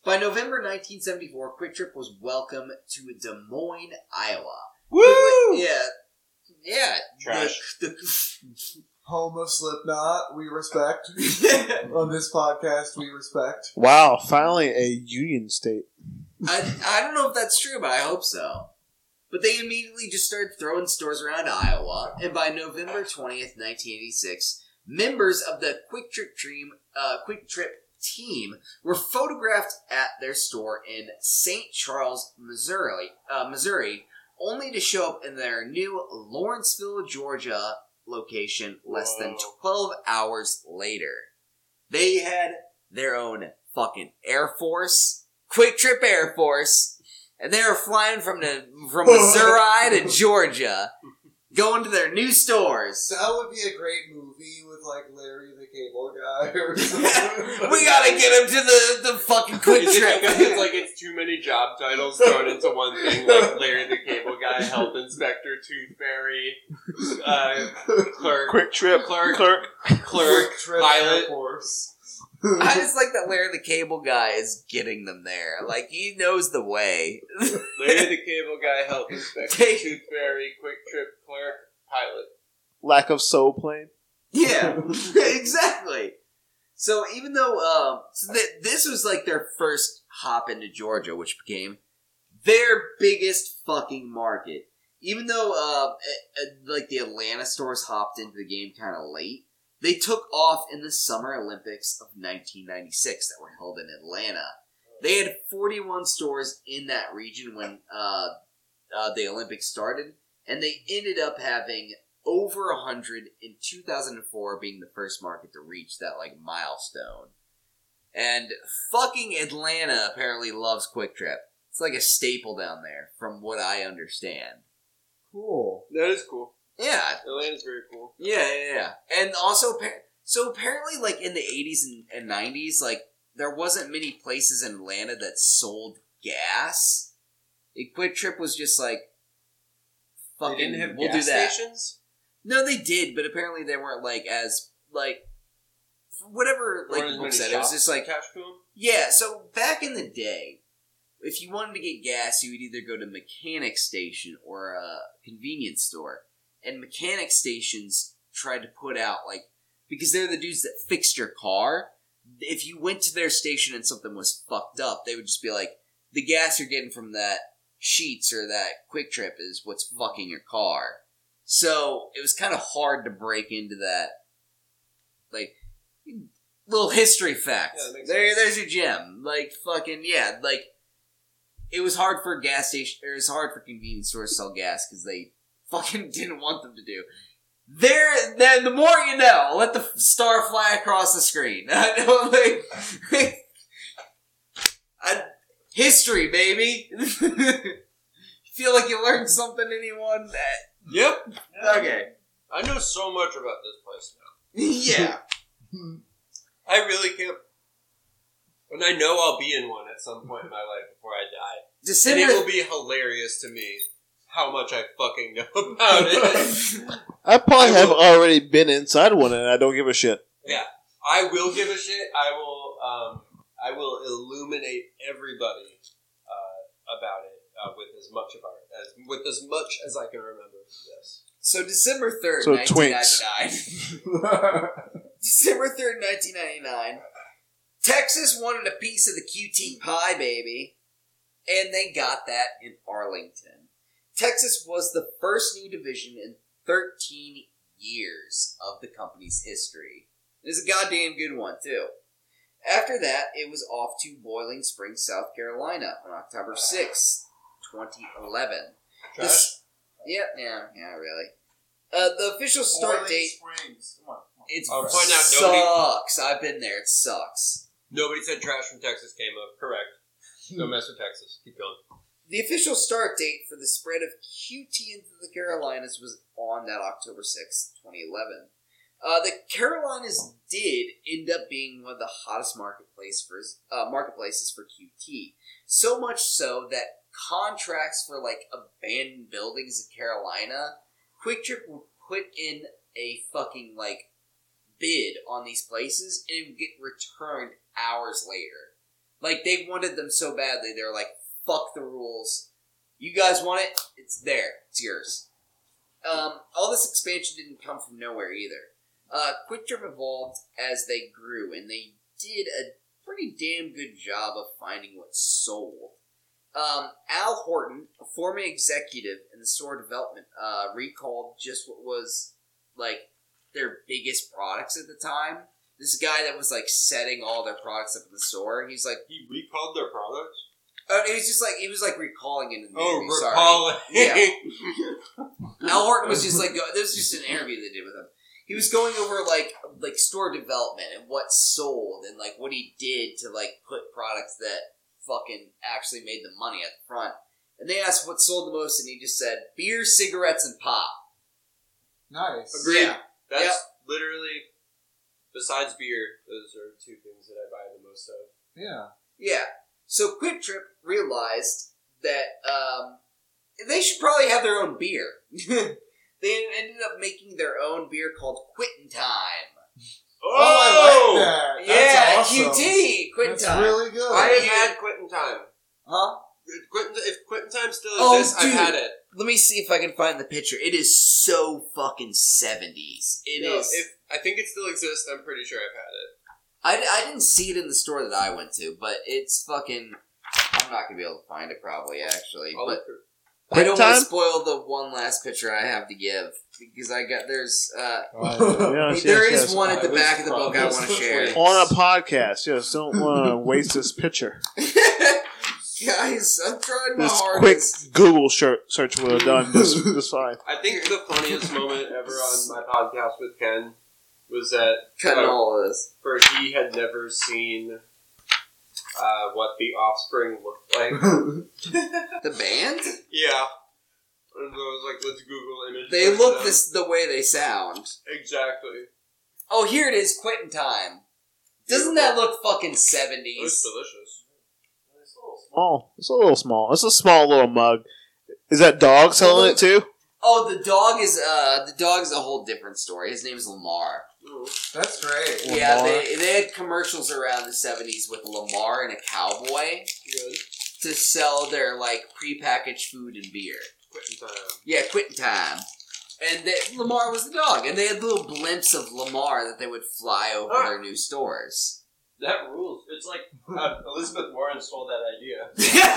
By November 1974, Quick Trip was welcome to Des Moines, Iowa.
Woo!
Yeah, yeah.
Trash.
The-
Home of Slipknot, we respect.
*laughs* the-
On this podcast, we respect.
Wow, finally a union state.
I, I don't know if that's true, but I hope so. But they immediately just started throwing stores around Iowa, and by November 20th, 1986, members of the Quick Trip Dream, uh, Quick Trip team were photographed at their store in St. Charles, Missouri, uh, Missouri, only to show up in their new Lawrenceville, Georgia location less than
Whoa.
12 hours later. They had their own fucking Air Force, Quick Trip Air Force, and they were flying from the from Missouri to Georgia, going to their new stores.
So that would be a great movie with like Larry the Cable
*laughs*
Guy or something.
We gotta get them to the, the fucking
*laughs*
Quick
It's like-
Trip.
it's like it's too many job titles thrown into one thing, like Larry the Cable Guy, Health Inspector, Tooth Fairy, uh, Clerk,
Quick trip.
Clerk.
Clerk.
Clerk,
Quick Trip
Pilot.
Air Force.
*laughs* I just like that Larry the Cable Guy is getting them there. Like he knows the way.
Larry the Cable Guy, Health Inspector,
Take-
Tooth Fairy, Quick Trip, Clerk, Pilot.
Lack of soul plane.
Yeah, *laughs* exactly. So even though um, so th- this was like their first hop into Georgia, which became their biggest fucking market. Even though uh, uh, uh, like the Atlanta stores hopped into the game kind of late, they took off in the Summer Olympics of 1996 that were held in Atlanta. They had 41 stores in that region when uh, uh, the Olympics started, and they ended up having over 100 in 2004 being the first market to reach that like milestone and fucking atlanta apparently loves quick trip it's like a staple down there from what i understand
Cool.
That is cool.
yeah
Atlanta's very cool.
yeah yeah, yeah. and also appar- so apparently like in the 80s and, and 90s like there wasn't many places in atlanta that sold gas And quick trip was just like fucking we'll do that
stations.
No, they did, but apparently they weren't like as like whatever like Luke said. It was just like
attached to them.
yeah. So back in the day, if you wanted to get gas, you would either go to mechanic station or a convenience store, and mechanic stations tried to put out like because they're the dudes that fixed your car. If you went to their station and something was fucked up, they would just be like, "The gas you're getting from that sheets or that quick trip is what's fucking your car." So it was kind of hard to break into that, like little history fact.
Yeah, that makes
there,
sense.
there's your gem. Like fucking yeah. Like it was hard for gas station. Or it was hard for convenience stores to sell gas because they fucking *laughs* didn't want them to do. There, then the more you know. Let the f- star fly across the screen. *laughs* I know, like, I, history, baby. *laughs* Feel like you learned something, anyone? That,
Yep.
okay.
I know so much about this place now.
Yeah.
I really can't. And I know I'll be in one at some point in my life before I die. And it will
December.
be hilarious to me how much I fucking know *laughs* about
*laughs*
it.
I probably
I
have
will-
already been inside one and I don't give a shit.
I will give a shit. I will. Um, I will illuminate everybody uh, about it uh, with as much of our as with as much as I can remember. from this.
So December third,
So
nineteen
twinks.
ninety *laughs* nine. December third, nineteen ninety nine. Texas wanted a piece of the QT pie, baby. and they got that in Arlington. Texas was the first new division in 13 years of the company's history. It was a goddamn good one, too. After that, it was off to Boiling Springs, South Carolina on October 6, 2011. The
Trash.
s- yeah, yeah, yeah, really. Uh, the official start
Boiling
date.
Springs. Come on. come on.
It's
I'll point out
sucks.
nobody-
I've been there. It sucks.
Nobody said trash from Texas came up. Correct. Don't mess with Texas. Keep going.
The official start date for the spread of QT into the Carolinas was on that October sixth, 2011. Uh, the Carolinas did end up being one of the hottest marketplace for, uh, marketplaces for QT. So much so that contracts for like abandoned buildings in Carolina, Quick Trip would put in a fucking like bid on these places and it would get returned hours later. Like they wanted them so badly, they were like, fuck the rules. You guys want it? It's there. It's yours. Um, all this expansion didn't come from nowhere either. Uh, Quick Trip evolved as they grew, and they did a pretty damn good job of finding what sold. Um, Al Horton, a former executive in the store development, uh, recalled just what was like their biggest products at the time. This guy that was like setting all their products up in the store, he's like,
He recalled their products.
Oh, it was just like he was like recalling it in the
Oh,
interview. Sorry. *laughs*
recalling.
Al Horton was just like go, this was just an interview they did with him. He was going over like like store development and what sold and like what he did to like put products that fucking actually made the money at the front. And they asked what sold the most, and he just said beer, cigarettes, and pop.
*laughs* Nice.
Agreed.
Yeah.
That's
Yep.
literally, besides beer, those are two things that I buy the most of.
Yeah.
Yeah. So Quick Trip realized that um, they should probably have their own beer. *laughs* they ended up making their own beer called Quittin' Time.
Oh, I like that.
yeah,
That's awesome.
QT Quittin'
That's
Time.
really good.
I have
You-
had Quentin time.
huh?
If Quentin, if Quentin time still
Oh,
exists,
dude.
I've had it.
Let me see if I can find the picture. It is so fucking seventies. It is.
No, If I think it still exists, I'm pretty sure I've had it.
I, I didn't see it in the store that I went to, but it's fucking. I'm not gonna be able to find it probably actually.
I'll
but
look for-
I don't want to
Time?
spoil the one last picture I have to give because I got there's uh
Oh, *laughs*
there
Yes,
is
yes, yes.
one at the
I
back of
was
the book I
promised
want to share.
On a podcast, yes. Don't want *laughs* to waste this picture.
*laughs* Guys, I'm trying my
This quick
hardest.
Google shir- search would have done this, *laughs* this fine.
I think the funniest moment *laughs* ever on my podcast with Ken was that
Cutting all of this.
for he had never seen uh, what the offspring looked *laughs* like.
The band?
yeah. And I was like, let's Google image.
They
search
look
them.
this the way they sound.
Exactly.
Oh, here it is, Quitting Time. Doesn't that look fucking 70s?
delicious.
Oh, it's a little small. It's a small little mug. Is that dog selling it too?
Oh, the dog is uh the dog's a whole different story. His name's Lamar.
That's great.
Yeah,
Lamar.
they, they had commercials around the 70s with Lamar and a cowboy
Good.
to sell their like prepackaged food and beer.
Quitting time.
Yeah, quitting time. And they, Lamar was the dog, and they had little blimps of Lamar that they would fly over
Ah.
their new stores. *laughs*
That rules. It's like uh, Elizabeth Warren stole that idea.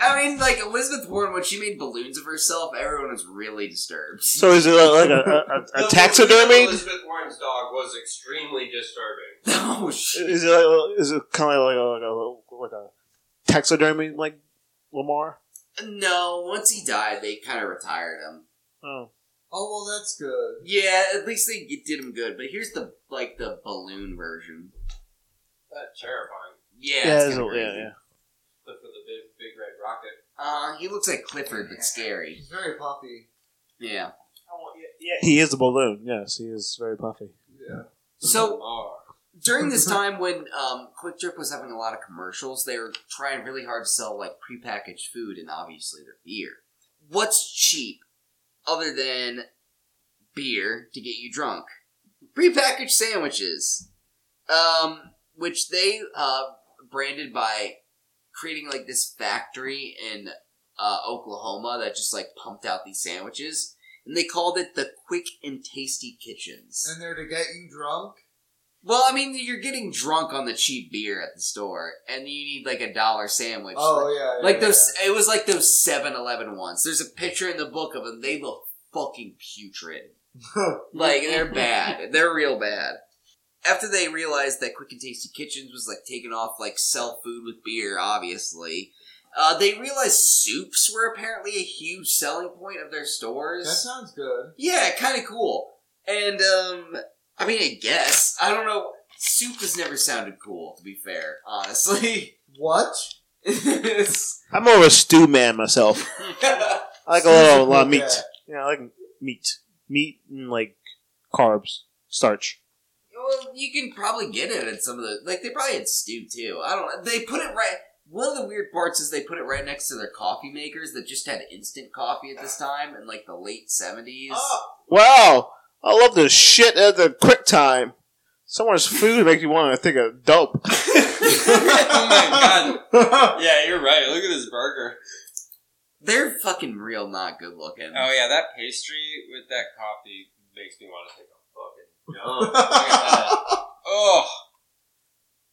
I mean, like Elizabeth Warren, when she made balloons of herself, everyone was really disturbed.
So is it like
*laughs*
a, a, a, a
The
taxidermied?
Elizabeth Warren's dog was extremely disturbing.
*laughs* oh shit!
Is it like, is it kind of like a, like a like a taxidermy like Lamar?
No, once he died, they kind of retired him.
Oh,
Oh well, that's good.
Yeah, at least they did him good. But here's the like the balloon version.
That's Uh, terrifying.
Yeah,
yeah,
it's
it's a-
kinda
yeah,
crazy.
yeah.
Look for the big, big red rocket.
Uh, he looks like Clifford, but scary.
He's very poppy.
Yeah.
I want- yeah, yeah.
He is a balloon. Yes, he is very puffy.
Yeah.
So
Lamar.
during this time when um, Quick Trip was having a lot of commercials, they were trying really hard to sell like prepackaged food and obviously their beer. What's cheap other than beer to get you drunk? Prepackaged sandwiches, um, which they uh, branded by creating like this factory in uh, Oklahoma that just like pumped out these sandwiches, and they called it the Quick and Tasty Kitchens.
And they're to get you drunk.
Well, I mean, you're getting drunk on the cheap beer at the store, and you need like a dollar sandwich.
Oh yeah, yeah,
like
yeah,
those, it was like those 7-Eleven ones. There's a picture in the book of them. They look fucking
*laughs*
putrid. like they're bad. They're real bad. After they realized that Quick and Tasty Kitchens was like taking off like sell food with beer, obviously, uh, they realized soups were apparently a huge selling point of their
That
stores.
sounds good.
Yeah, kind of cool. And um, I mean, I guess I don't know. Soup has never sounded cool, to be fair. Honestly, *laughs*
What?
It's-
I'm more of a stew man myself. I like a little, lot of meat.
Yeah.
Yeah, I like meat, meat and like carbs, starch.
well, you can probably get it at some of the like they probably had stew too. I don't. They put it right. One of the weird parts is they put it right next to their coffee makers that just had instant coffee at this time in like the late seventies.
*laughs*
Oh,
Wow, I love the shit at the quick time. Someone's food makes you want to think of dope.
*laughs* oh my
*laughs*
god. Yeah, you're right. Look at this burger.
They're fucking real not good looking.
Oh yeah, that pastry with that coffee makes me want to take a fucking dump. Look at
*laughs*
that. Oh.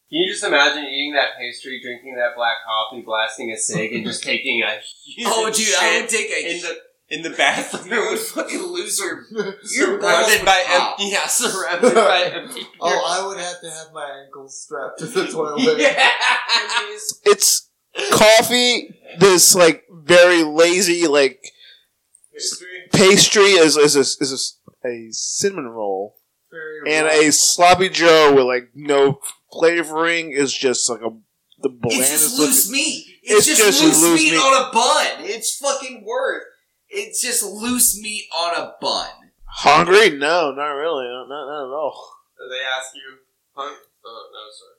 Can you just imagine eating that pastry, drinking that black coffee, blasting a cig, and just taking
*laughs*
a huge
Oh, dude, I would take a
in the in the
*laughs*
bathroom?
You would fucking lose your. Your balls
surrounded
would
by
pop.
empty, yeah, surrounded by *laughs* empty.
Oh, I would have to have my ankles strapped to the *laughs* toilet.
It's coffee. This like very lazy like
history.
pastry is is a, is a, a cinnamon roll,
Very
and
rough.
a sloppy Joe with like no flavouring is just like a the
It's just *laughs*
blandest
loose
looking.
meat. It's,
It's
just,
just
loose,
loose
meat,
meat.
on a bun. It's fucking worth. It's just loose meat on a bun.
Hungry? No, not really. Not, not at all.
They ask you, "Huh?" Oh no, sorry.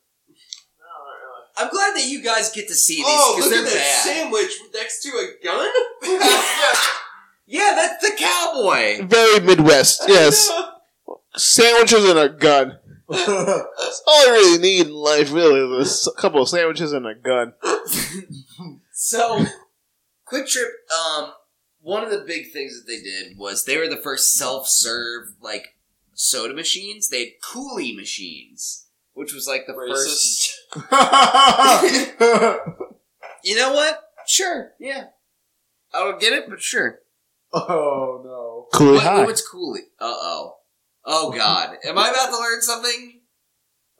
I'm glad that you guys get to see these
Oh,
because
look
they're
at that
bad.
sandwich next to a gun.
yeah, that's the cowboy.
Very Midwest. Yes, sandwiches and a gun. That's all I really need in life, really, is a couple of sandwiches and a gun.
So, Quick Trip. Um, one of the big things that they did was they were the first self-serve like soda machines. They had coolie machines, which was like the first
*laughs*
You know what? Sure. Yeah. I don't get it, but sure.
oh no.
Cool.
What,
Hi.
what's cool? Uh oh. Oh god. Am I about to learn something?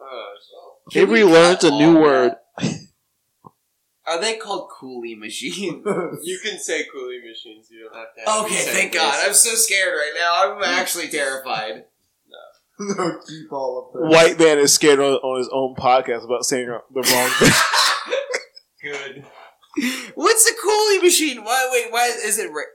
Uh,
Avery learns a new
All
word.
that. *laughs* Are they called coolie
*laughs*
machines? *laughs*
*laughs*
You can say cooling machines. You don't have to. Have
Okay, thank God. I'm so scared right now. I'm actually
*laughs*
terrified.
no, keep all of them.
White man is scared on, on his own podcast about saying the wrong *laughs* thing.
good.
What's a coolie machine? Why? Wait. Why is it? Ra-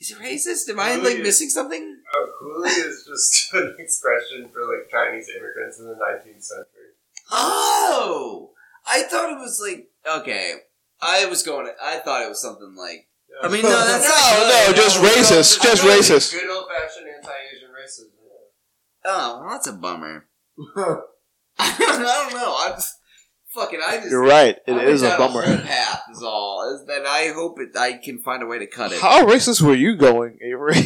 is it racist? Am I like
Coolie.
missing something?
Oh, coolie is just *laughs* an expression for like Chinese immigrants in the 19th century.
Oh, I thought it was like okay. I was going. I thought it was something like. I
*laughs*
mean, no, that's not
No,
good.
*laughs* no, just racist. Just racist.
Good old fashioned anti-Asian racism.
Oh, well, that's a bummer. *laughs* I don't know. I'm just, fucking. I just.
You're right. It
I
is
went
a
down whole
bummer.
path is all. Is that I hope it, I can find a way to cut it.
How racist were you going, Avery?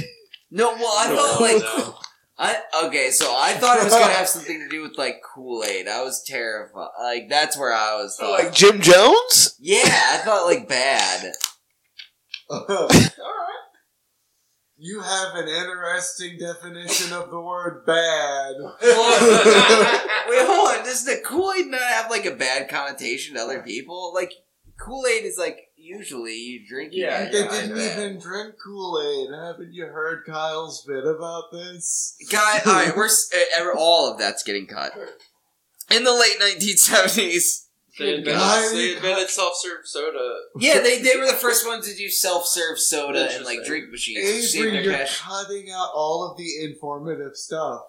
No, well, I thought like I okay. So I thought it was gonna have something to do with like Kool Aid. I was terrified. Like that's where I was.
Oh,
Thought.
Like Jim Jones?
yeah, I thought like bad.
*laughs*
*laughs* You have an interesting definition of the word bad.
Well, Wait, hold on. Does the Kool Aid not have like a bad connotation to other people? Like Kool Aid is like usually you drink. it
Yeah,
and
they
you
I
didn't
drink it.
even drink Kool Aid. Haven't you heard Kyle's bit about this?
Guy, all right, we're s- eh, eh, all of that's getting cut in the late 1970s.
They
God.
invented, they invented self-serve soda.
Yeah, they they were the first ones to do self serve soda and like drink machines. which saved
Avery,
their
you're
cash.
cutting out all of the informative stuff.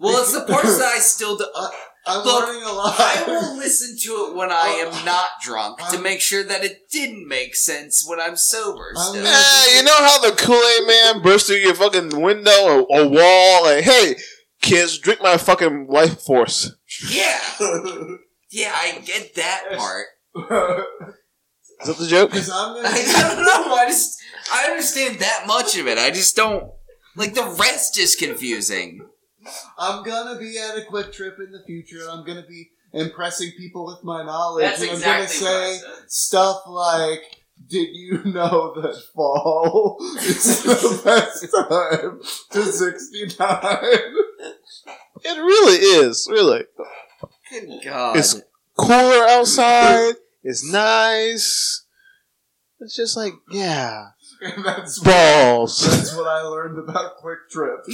Well, it's the parts that I still do.
I'm
Look,
learning a lot.
*laughs* I will listen to it when I am not drunk to
I'm-
make sure that it didn't make sense when I'm sober.
I'm
Still.
not-
Eh, you know how the Kool Aid man burst through your fucking window or, or wall? Like, hey, kids, drink my fucking life force.
Yeah,
*laughs*
yeah, I get that part.
Is that the joke?
Because I'm gonna.
I don't know. I just I understand that much of it. I just don't like the rest is confusing.
I'm gonna be at a quick trip in the future. and I'm gonna be impressing people with my knowledge.
That's
and I'm
exactly
gonna say
what I said.
stuff like, "Did you know that fall is the best time to 69?"
It really is. Really,
Good God.
It's- cooler outside. It's nice. It's just like yeah,
And that's
balls.
that's what I learned about quick trip.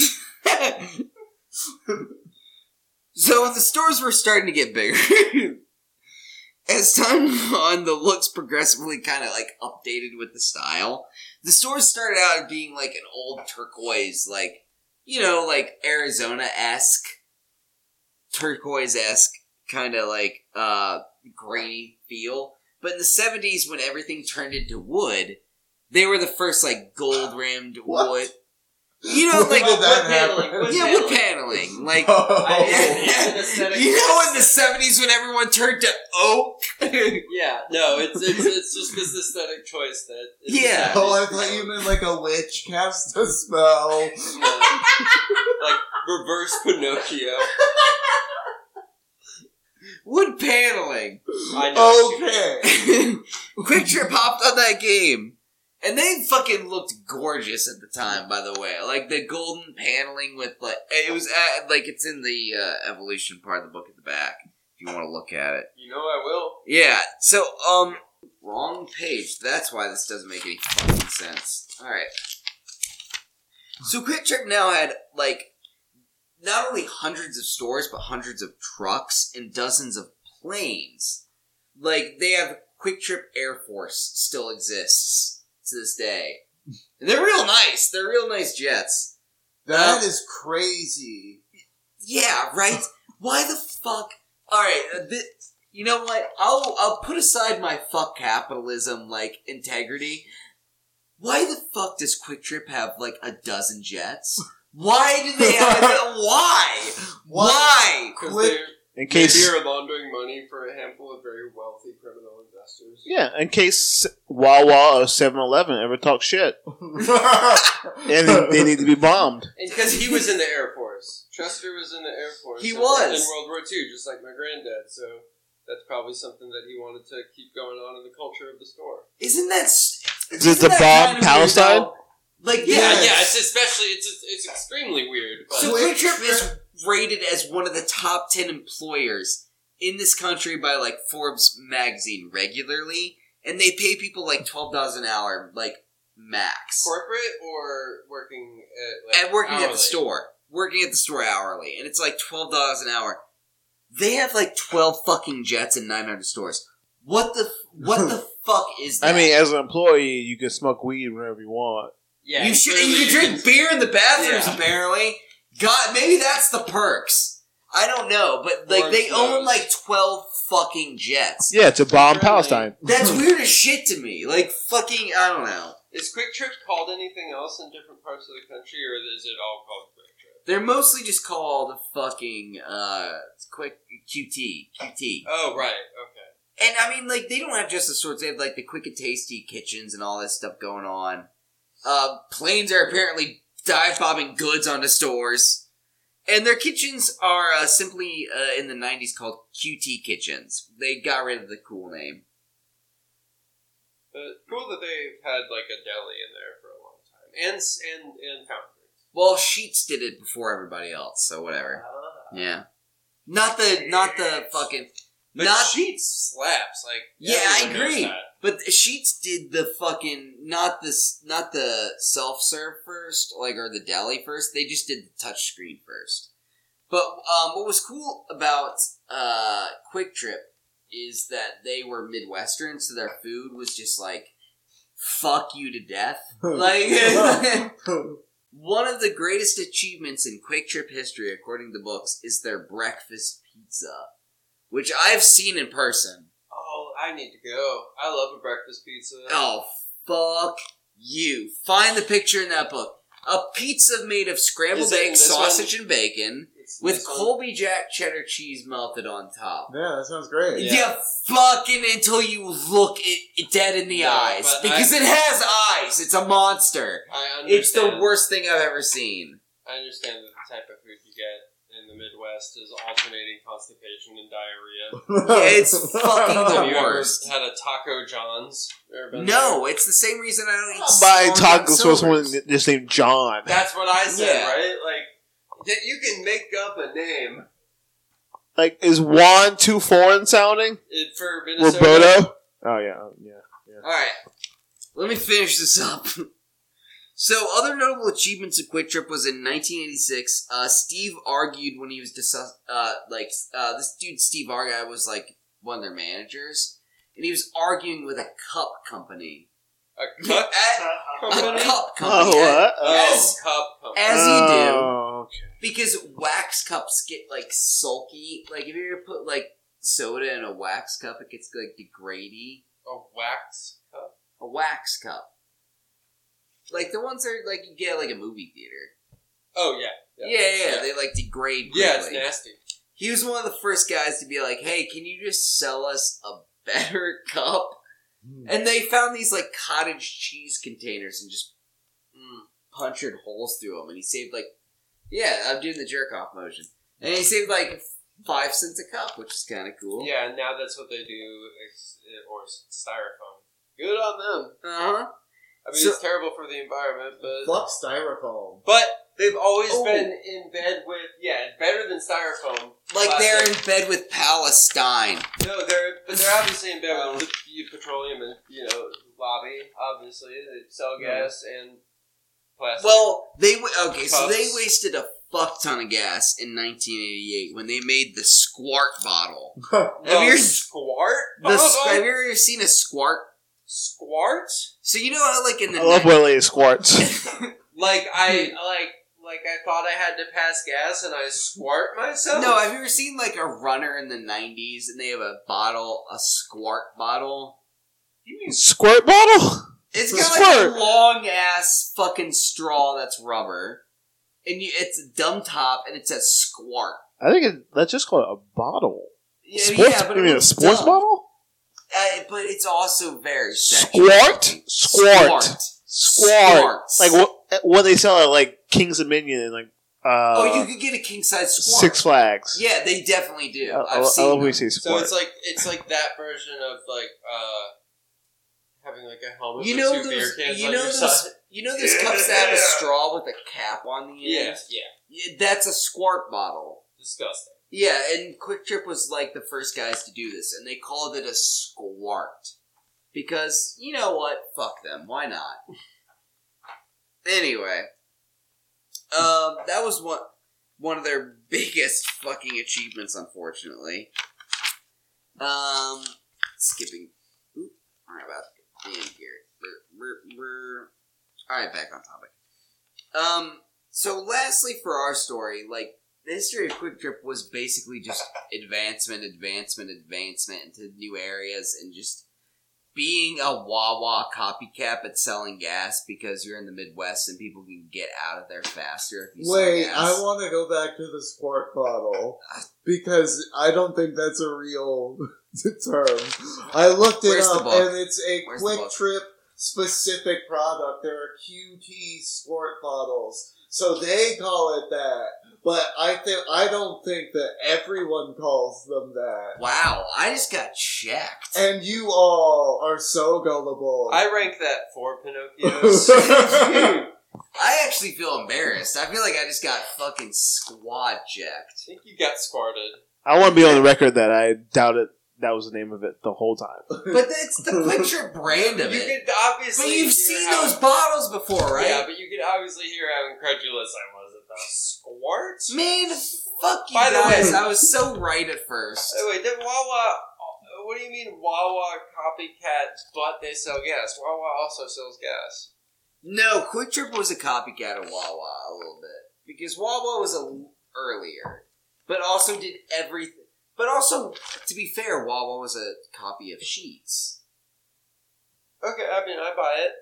*laughs* so the stores were starting to get bigger. *laughs* As time went on, the looks progressively kind of like updated with the style. The stores started out as being like an old turquoise, like, you know, like Arizona esque, turquoise esque kind of like uh, grainy feel. But in the 70s, when everything turned into wood, they were the first like gold rimmed
What?
wood. You know,
When
like
did that
paneling,
happen?
wood
yeah,
paneling.
wood paneling. Like
*laughs*
*laughs*
I *laughs*
Oh.
it's an aesthetic.
you know, in the seventies when everyone turned to oak. *laughs*
Yeah, no, it's it's, it's just this aesthetic choice that. it's
Yeah.
established.
Oh, I thought you meant like a witch cast a spell.
Yeah. *laughs* like reverse Pinocchio.
Wood paneling.
I know.
Oh,
what you mean.
Okay.
*laughs* Quick Trip hopped on that game, and they fucking looked gorgeous at the time. By the way, like the golden paneling with like it was at, like it's in the uh, evolution part of the book at the back. If you want to look at it,
You know I will.
yeah. So um, wrong page. That's why this doesn't make any fucking sense. All right. So Quick Trip now had like not only hundreds of stores, but hundreds of trucks and dozens of planes. Like they have Quick Trip Air Force still exists to this day, and they're real nice. They're real nice jets.
That is crazy. *laughs*
Yeah, right. Why the fuck? All right, uh, thi- you know what? I'll I'll put aside my fuck capitalism like integrity. Why the fuck does Quick Trip have like a dozen jets? Why do they
*laughs*
have? why? Why?
'Cause
Quick-
they're-
In case
Maybe you're laundering money for a handful of very wealthy criminal investors.
yeah, in case Wawa or 7-Eleven ever talk shit, and they need to be bombed.
Because he was in the Air Force. Chester was in the Air Force.
He
in-
was.
in World War II, just like my granddad. So that's probably something that he wanted to keep going on in the culture of the store.
Isn't that? s-
Is it the
that
bomb
kind of
Palestine?
weird, though? Like yeah,
Yeah,
Yes.
yeah. It's especially it's it's extremely weird. But
So
Quick
Quick Trip is
Trip-
rated as one of the top 10 employers in this country by like Forbes magazine regularly and they pay people like $12 an hour like max.
corporate or working at like,
And working at
hourly?
the store, working at the store hourly and it's like $12 an hour. They have like 12 fucking jets and 900 stores. What the what the fuck is
I
that?
mean, as an employee, you can smoke weed wherever you want.
Yeah,
you
it
should
really
you can drink
is.
beer in the bathrooms
Yeah.
apparently. God, maybe that's the perks. I don't know, but like
Lord
they own
knows.
like twelve fucking jets.
Yeah, to bomb
Really?
Palestine.
*laughs*
That's weird as shit to me. Like fucking, I don't know.
Is Quick Trip called anything else in different parts of the country, or is it all called Quick Trip?
They're mostly just called fucking uh quick QT QT.
Oh, right. Okay.
And I mean, like they don't have just the sorts. They have like the quick and tasty kitchens and all that stuff going on. Uh, planes are apparently dive bombing goods onto stores, and their kitchens are uh, simply uh, in the '90s called QT kitchens. They got rid of the cool name.
But cool that they've had like a deli in there for a long time, and s- and and foundries.
Well, Sheets did it before everybody else, so whatever. Yeah, not the not the fucking
But
not
Sheets slaps like.
Yeah, I
everyone knows
agree.
that.
But Sheets did the fucking not this not the self serve first, like or the deli first. They just did the touch screen first. But um, what was cool about uh, Quick Trip is that they were Midwestern, so their food was just like fuck you to death. Like one of the greatest achievements in Quick Trip history, according to books, is their breakfast pizza, which I've seen in person.
Oh, I need to go. I love a breakfast pizza.
Oh, fuck you. Find the picture in that book. A pizza made of scrambled
Is it in
eggs,
this
sausage, and bacon
It's
with
this one.
Colby Jack cheddar cheese melted on top.
yeah, that sounds great.
Yeah.
You fucking until you look it, it dead in the
Yeah,
eyes.
but
Because
I-
it has eyes. It's a monster.
I understand. *laughs*
It's the worst thing I've ever seen.
I understand that type of food you get in the Midwest is alternating constipation and diarrhea.
it's fucking
Have
the
you
worst.
ever had a Taco John's? Ever been
No, it's the same reason I don't eat.
Buy
Song and
tacos for someone
Silvers.
that's named John.
there? That's what I said,
Yeah.
right? Like that you can make up a name
Like, is Juan too foreign sounding?
it, for Minnesota.
Roberto? Oh yeah, yeah.
All right, let me finish this up. *laughs* So, other notable achievements of Quick Trip was in 1986. Uh, Steve argued when he was discuss- uh, like uh, this dude Steve Argyle was like one of their managers, and he was arguing with a cup company.
A
At- *laughs*
cup
a
company.
cup company.
Oh, what?
Oh,
As-
cup company.
As you do.
Oh, okay.
Because wax cups get like sulky. Like if you ever put like soda in a wax cup, it gets like degradey.
A wax cup.
A wax cup, like the ones that like you get at, like a movie theater.
Oh yeah,
Yeah, yeah,
Yeah.
they like degrade. Quickly.
yeah. It's nasty.
He was one of the first guys to be like, "Hey, can you just sell us a better *laughs* cup?"
Hmm.
And they found these like cottage cheese containers and just mm, punctured holes through them. And he saved like, yeah, I'm doing the jerk off motion, and he saved like five cents a cup, which is kind of cool.
Yeah, and now that's what they do, ex- or styrofoam. Good on them.
Uh huh.
I mean,
So-
it's terrible for the environment, but
Fuck styrofoam.
but they've always
Oh.
been in bed with yeah, better than styrofoam.
Like
Plastic.
they're in bed with Palestine.
No, they're but they're obviously in bed with the petroleum and you know lobby. Obviously, they sell gas and plastic.
Well, they wa- okay, so they
Puffs.
wasted a fuck ton of gas in 1988 when they made the squart bottle.
No,
have you-
squart?
The, s- have you ever seen a squart?
squart?
So you know how like in the
I love
ni- *laughs*
Willie Squarts.
Like
Hmm.
I like like I thought I had to pass gas and I squart myself.
no, have you ever seen like a runner in the 90s and they have a bottle, a squart bottle?
You mean
Squirt bottle?
It's
It's a
got like
squirt.
a long ass fucking straw that's rubber, and you, it's a dumb top and it says squart.
I think it, let's just call it a bottle.
Yeah,
sports,
yeah, but
you
it
mean a
looks
sports
dumb.
bottle?
Uh, but it's also very sexual.
Squart? Squart.
Squart.
Squart.
Squarts.
Like what, what they sell at like Kings Dominion and like uh,
oh, you could get a king size squart.
Six Flags.
Yeah, they definitely do.
I, I,
I've
I
seen.
love when
them.
you say
So
squirt.
it's like it's like that version of like uh having like a helmet
you
with
know
two beer
those.
cans
You
on
know
your
those.
side.
You know those cups that have a straw with a cap on the
Yeah,
end.
yeah.
*laughs* Yeah, that's a squart bottle.
Disgusting.
Yeah, and Quick Trip was like the first guys to do this, and they called it a squart because you know what? Fuck them. Why not? Anyway, um, that was one one of their *laughs* biggest fucking achievements, unfortunately. Um, skipping. Oop, all right, about the end here. Brr, brr, brr. All right, back on topic. Um, so lastly, for our story, like the history of Quick Trip was basically just advancement, advancement, advancement into new areas, and just being a Wawa copycat at selling gas because you're in the Midwest and people can get out of there faster. If you
Wait,
sell gas.
I want to go back to the squirt bottle because I don't think that's a real *laughs* term. I looked it
Where's the
up
book?
and it's a
Where's the
quick
book?
trip specific product. There are QT squirt bottles, so they call it that. But I think I don't think that everyone calls them that.
Wow, I just got checked.
And you all are so gullible. *laughs*
I rank that four *laughs* Pinocchios. I
I actually feel embarrassed. I feel like I just got fucking squad jacked.
think you got squarted.
I want to be on the record that I doubted that was the name of it the whole time.
But that's
*laughs*
the picture brand of
You
it.
could obviously.
But you've
hear
seen
how-
those bottles before, right?
Yeah, but you could obviously hear how incredulous I was at that. Squart?
Man, fuck you
By the way- *laughs*
guys. I was so right at first.
Oh, wait, did Wawa. What do you mean Wawa copycat, but they sell gas? Wawa also sells gas.
No, Quick Trip was a copycat of Wawa a little bit because Wawa was a l- earlier, but also did everything. But also, to be fair, Wawa was a copy of Sheets
Okay, I mean, I buy it.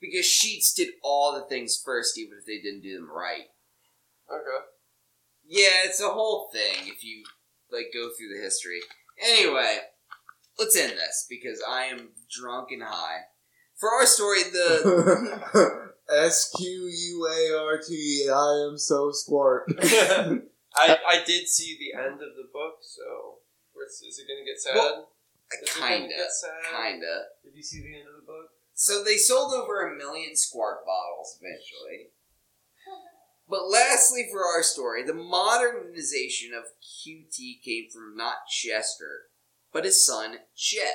because Sheets did all the things first, even if they didn't do them right.
Okay.
Yeah, it's a whole thing if you like go through the history. Anyway, let's end this because I am drunk and high. For our story,
*laughs*
the
S Q U A R T. I am so squirt.
I,
*laughs*
*laughs* I did see the end of the book, so is, is it going to get sad?
Well,
is it gonna
kinda,
get sad?
kinda.
Did you see the end of the book?
So they sold over a million Squark bottles eventually. But lastly, for our story, the modernization of QT came from not Chester, but his son, Chet.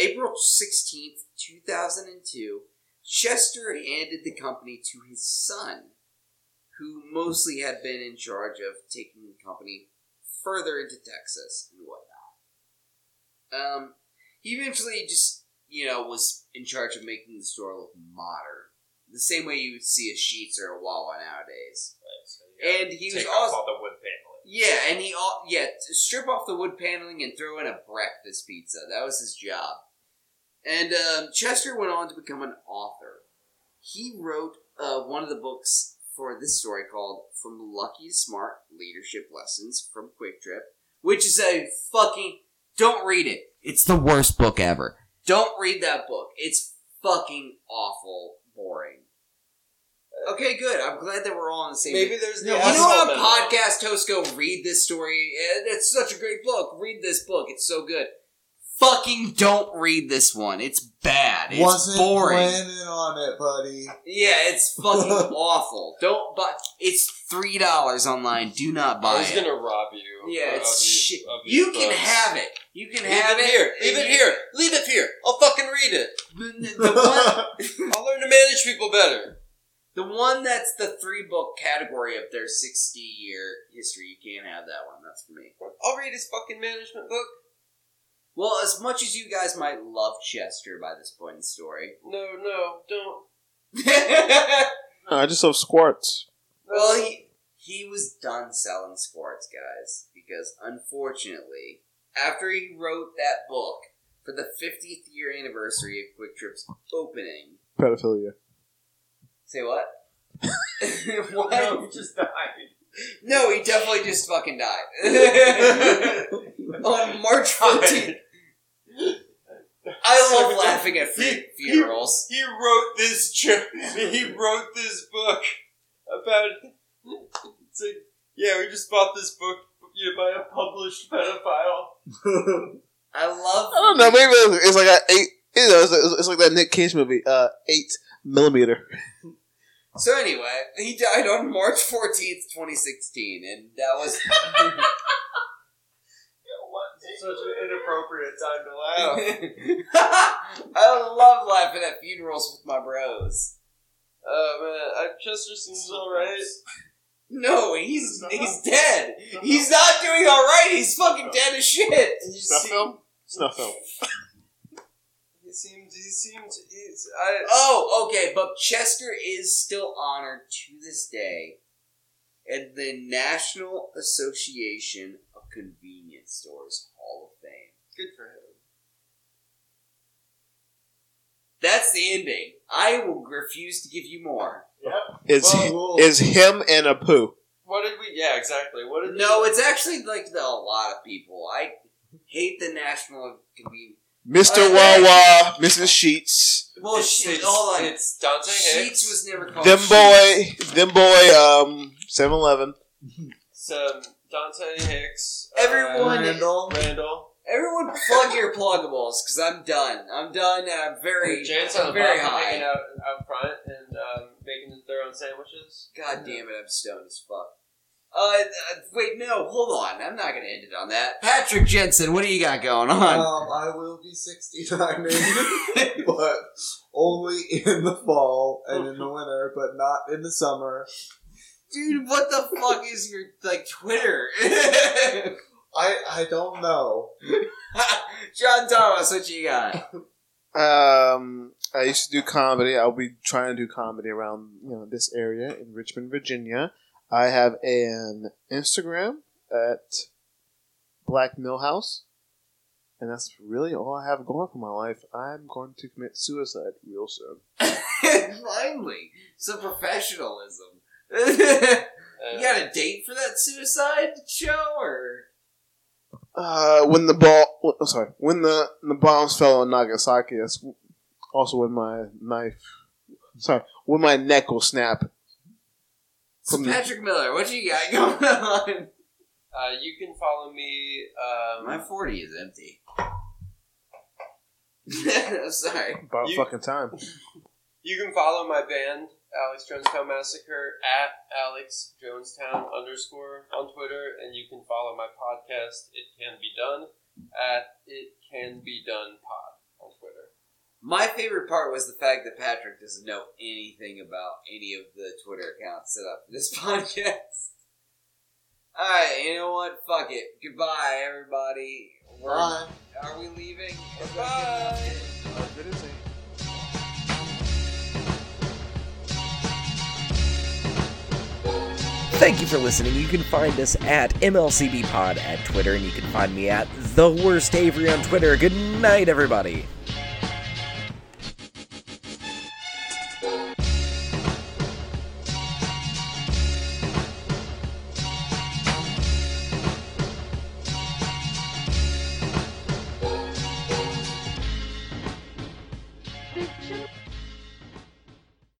April 16th, 2002, Chester handed the company to his son, who mostly had been in charge of taking the company further into Texas and whatnot. Um, he eventually just you know, was in charge of making the store look modern. The same way you would see a Sheets or a Wawa nowadays.
So you gotta
And he was
take off
also
all the wood paneling.
yeah, and he all yeah t- strip off the wood paneling and throw in a breakfast pizza. That was his job. And um, Chester went on to become an author. He wrote uh, one of the books for this story called "From Lucky to Smart: Leadership Lessons from Quick Trip," which is a fucking don't read it. It's the worst book ever. Don't read that book. It's fucking awful, boring. Okay, good. I'm glad that we're all on the same.
Maybe there's no.
You know what podcast hosts go read this story? Eh, It's such a great book. Read this book. It's so good. Fucking don't read this one. It's bad. It's
Wasn't
boring.
planning on it, buddy.
Yeah, it's fucking awful. Don't buy. It's three dollars online. Do not
I
buy
was
it.
gonna rob you.
yeah,
of
it's
these-
shit.
of these
You can
books.
have it. You can
Leave
have
it here. Leave it here. Leave it here. I'll fucking read it.
The, the one
*laughs*
I'll learn to manage people better.
The one that's the three book category of their 60 year history, you can't have that one. That's for me.
I'll read his fucking management book.
Well, as much as you guys might love Chester by this point in the story.
No, no, don't. *laughs*
well,
No, I just love squirts.
he, he was done selling sports, guys, because unfortunately, after he wrote that book for the 50th year anniversary of Quick Trip's opening,
Pedophilia.
say what? what?
No, he just died.
No, he definitely just fucking
*laughs*
died. On March 14th. I love laughing at fu- funerals.
He wrote this joke. He wrote this book about. *laughs* It's like, yeah, we just bought this book you know, by a published pedophile.
I love.
I don't know. Maybe it's, it's like a eight. You know, it's, it's, it's like that Nick Cage movie, uh, eight millimeter.
So anyway, he died on March 14th, 2016, and that was.
Such an inappropriate time to
*laughs* I love laughing at funerals with my bros.
Oh man, I, Chester seems alright.
No, he's he's dead. He's not doing all right. He's fucking dead as shit.
Snuff film. Snuff film.
He seemed. He seemed. He's, I.
*laughs* Oh, okay, but Chester is still honored to this day at the National Association of Convenience Stores Hall of Fame.
Good for him.
That's the ending. I will refuse to give you more.
It's
Well,
it's him and a poo.
What did we? Yeah, exactly. What did?
No, it's actually like the, a lot of people. I hate the National Convenience.
Mister
Okay.
Wawa, Mrs. Sheets,
Well,
it's,
she,
it's,
hold on.
it's Dante Hicks.
Oh, Sheets was never called
them
Sheets.
boy, them boy, um, Seven Eleven.
Some Dante Hicks.
Everyone-
Randall.
Uh, Randall.
Everyone plug your pluggables, because I'm done. I'm done, and I'm very,
Jan's on the
very
bottom hanging
high.
out out front and um, making their own sandwiches.
God damn it, I'm stoned as fuck. Uh, uh, wait, no, hold on. I'm not gonna end it on that. Patrick Jensen, what do you got going *laughs* on?
Um, I will be 69 *laughs* but only in the fall and in the winter, but not in the summer.
Dude, what the fuck is your, like, Twitter? *laughs*
I I don't know.
John Thomas, what you got?
Um, I used to do comedy. I'll be trying to do comedy around you know this area in Richmond, Virginia. I have an Instagram at Black Millhouse, and that's really all I have going for my life. I'm going to commit suicide real soon.
*laughs* Finally, some professionalism. *laughs* you
Uh,
got a date for that suicide show, or?
oh, Uh, when the ball, I'm sorry, when the the bombs fell on Nagasaki, that's Also, when my knife, sorry, when my neck will snap.
So
From-
Patrick Miller, what you got going on?
Uh, you can follow me.
*laughs* My
Um,
forty is empty. *laughs* Sorry.
About
You-
fucking time.
you can follow my band, Alex Jonestown Massacre, at Alex Jonestown underscore on Twitter, and you can follow my podcast, It Can Be Done, at It Can Be Done Pod on Twitter.
My favorite part was the fact that Patrick doesn't know anything about any of the Twitter accounts set up for this *laughs* podcast. All right, you know what? Fuck it. Goodbye, everybody. We're-
Bye.
Are we leaving?
Bye.
Thank you for listening. You can find us at MLCB Pod at Twitter, and you can find me at The Worst Avery on Twitter. Good night, everybody.
fiction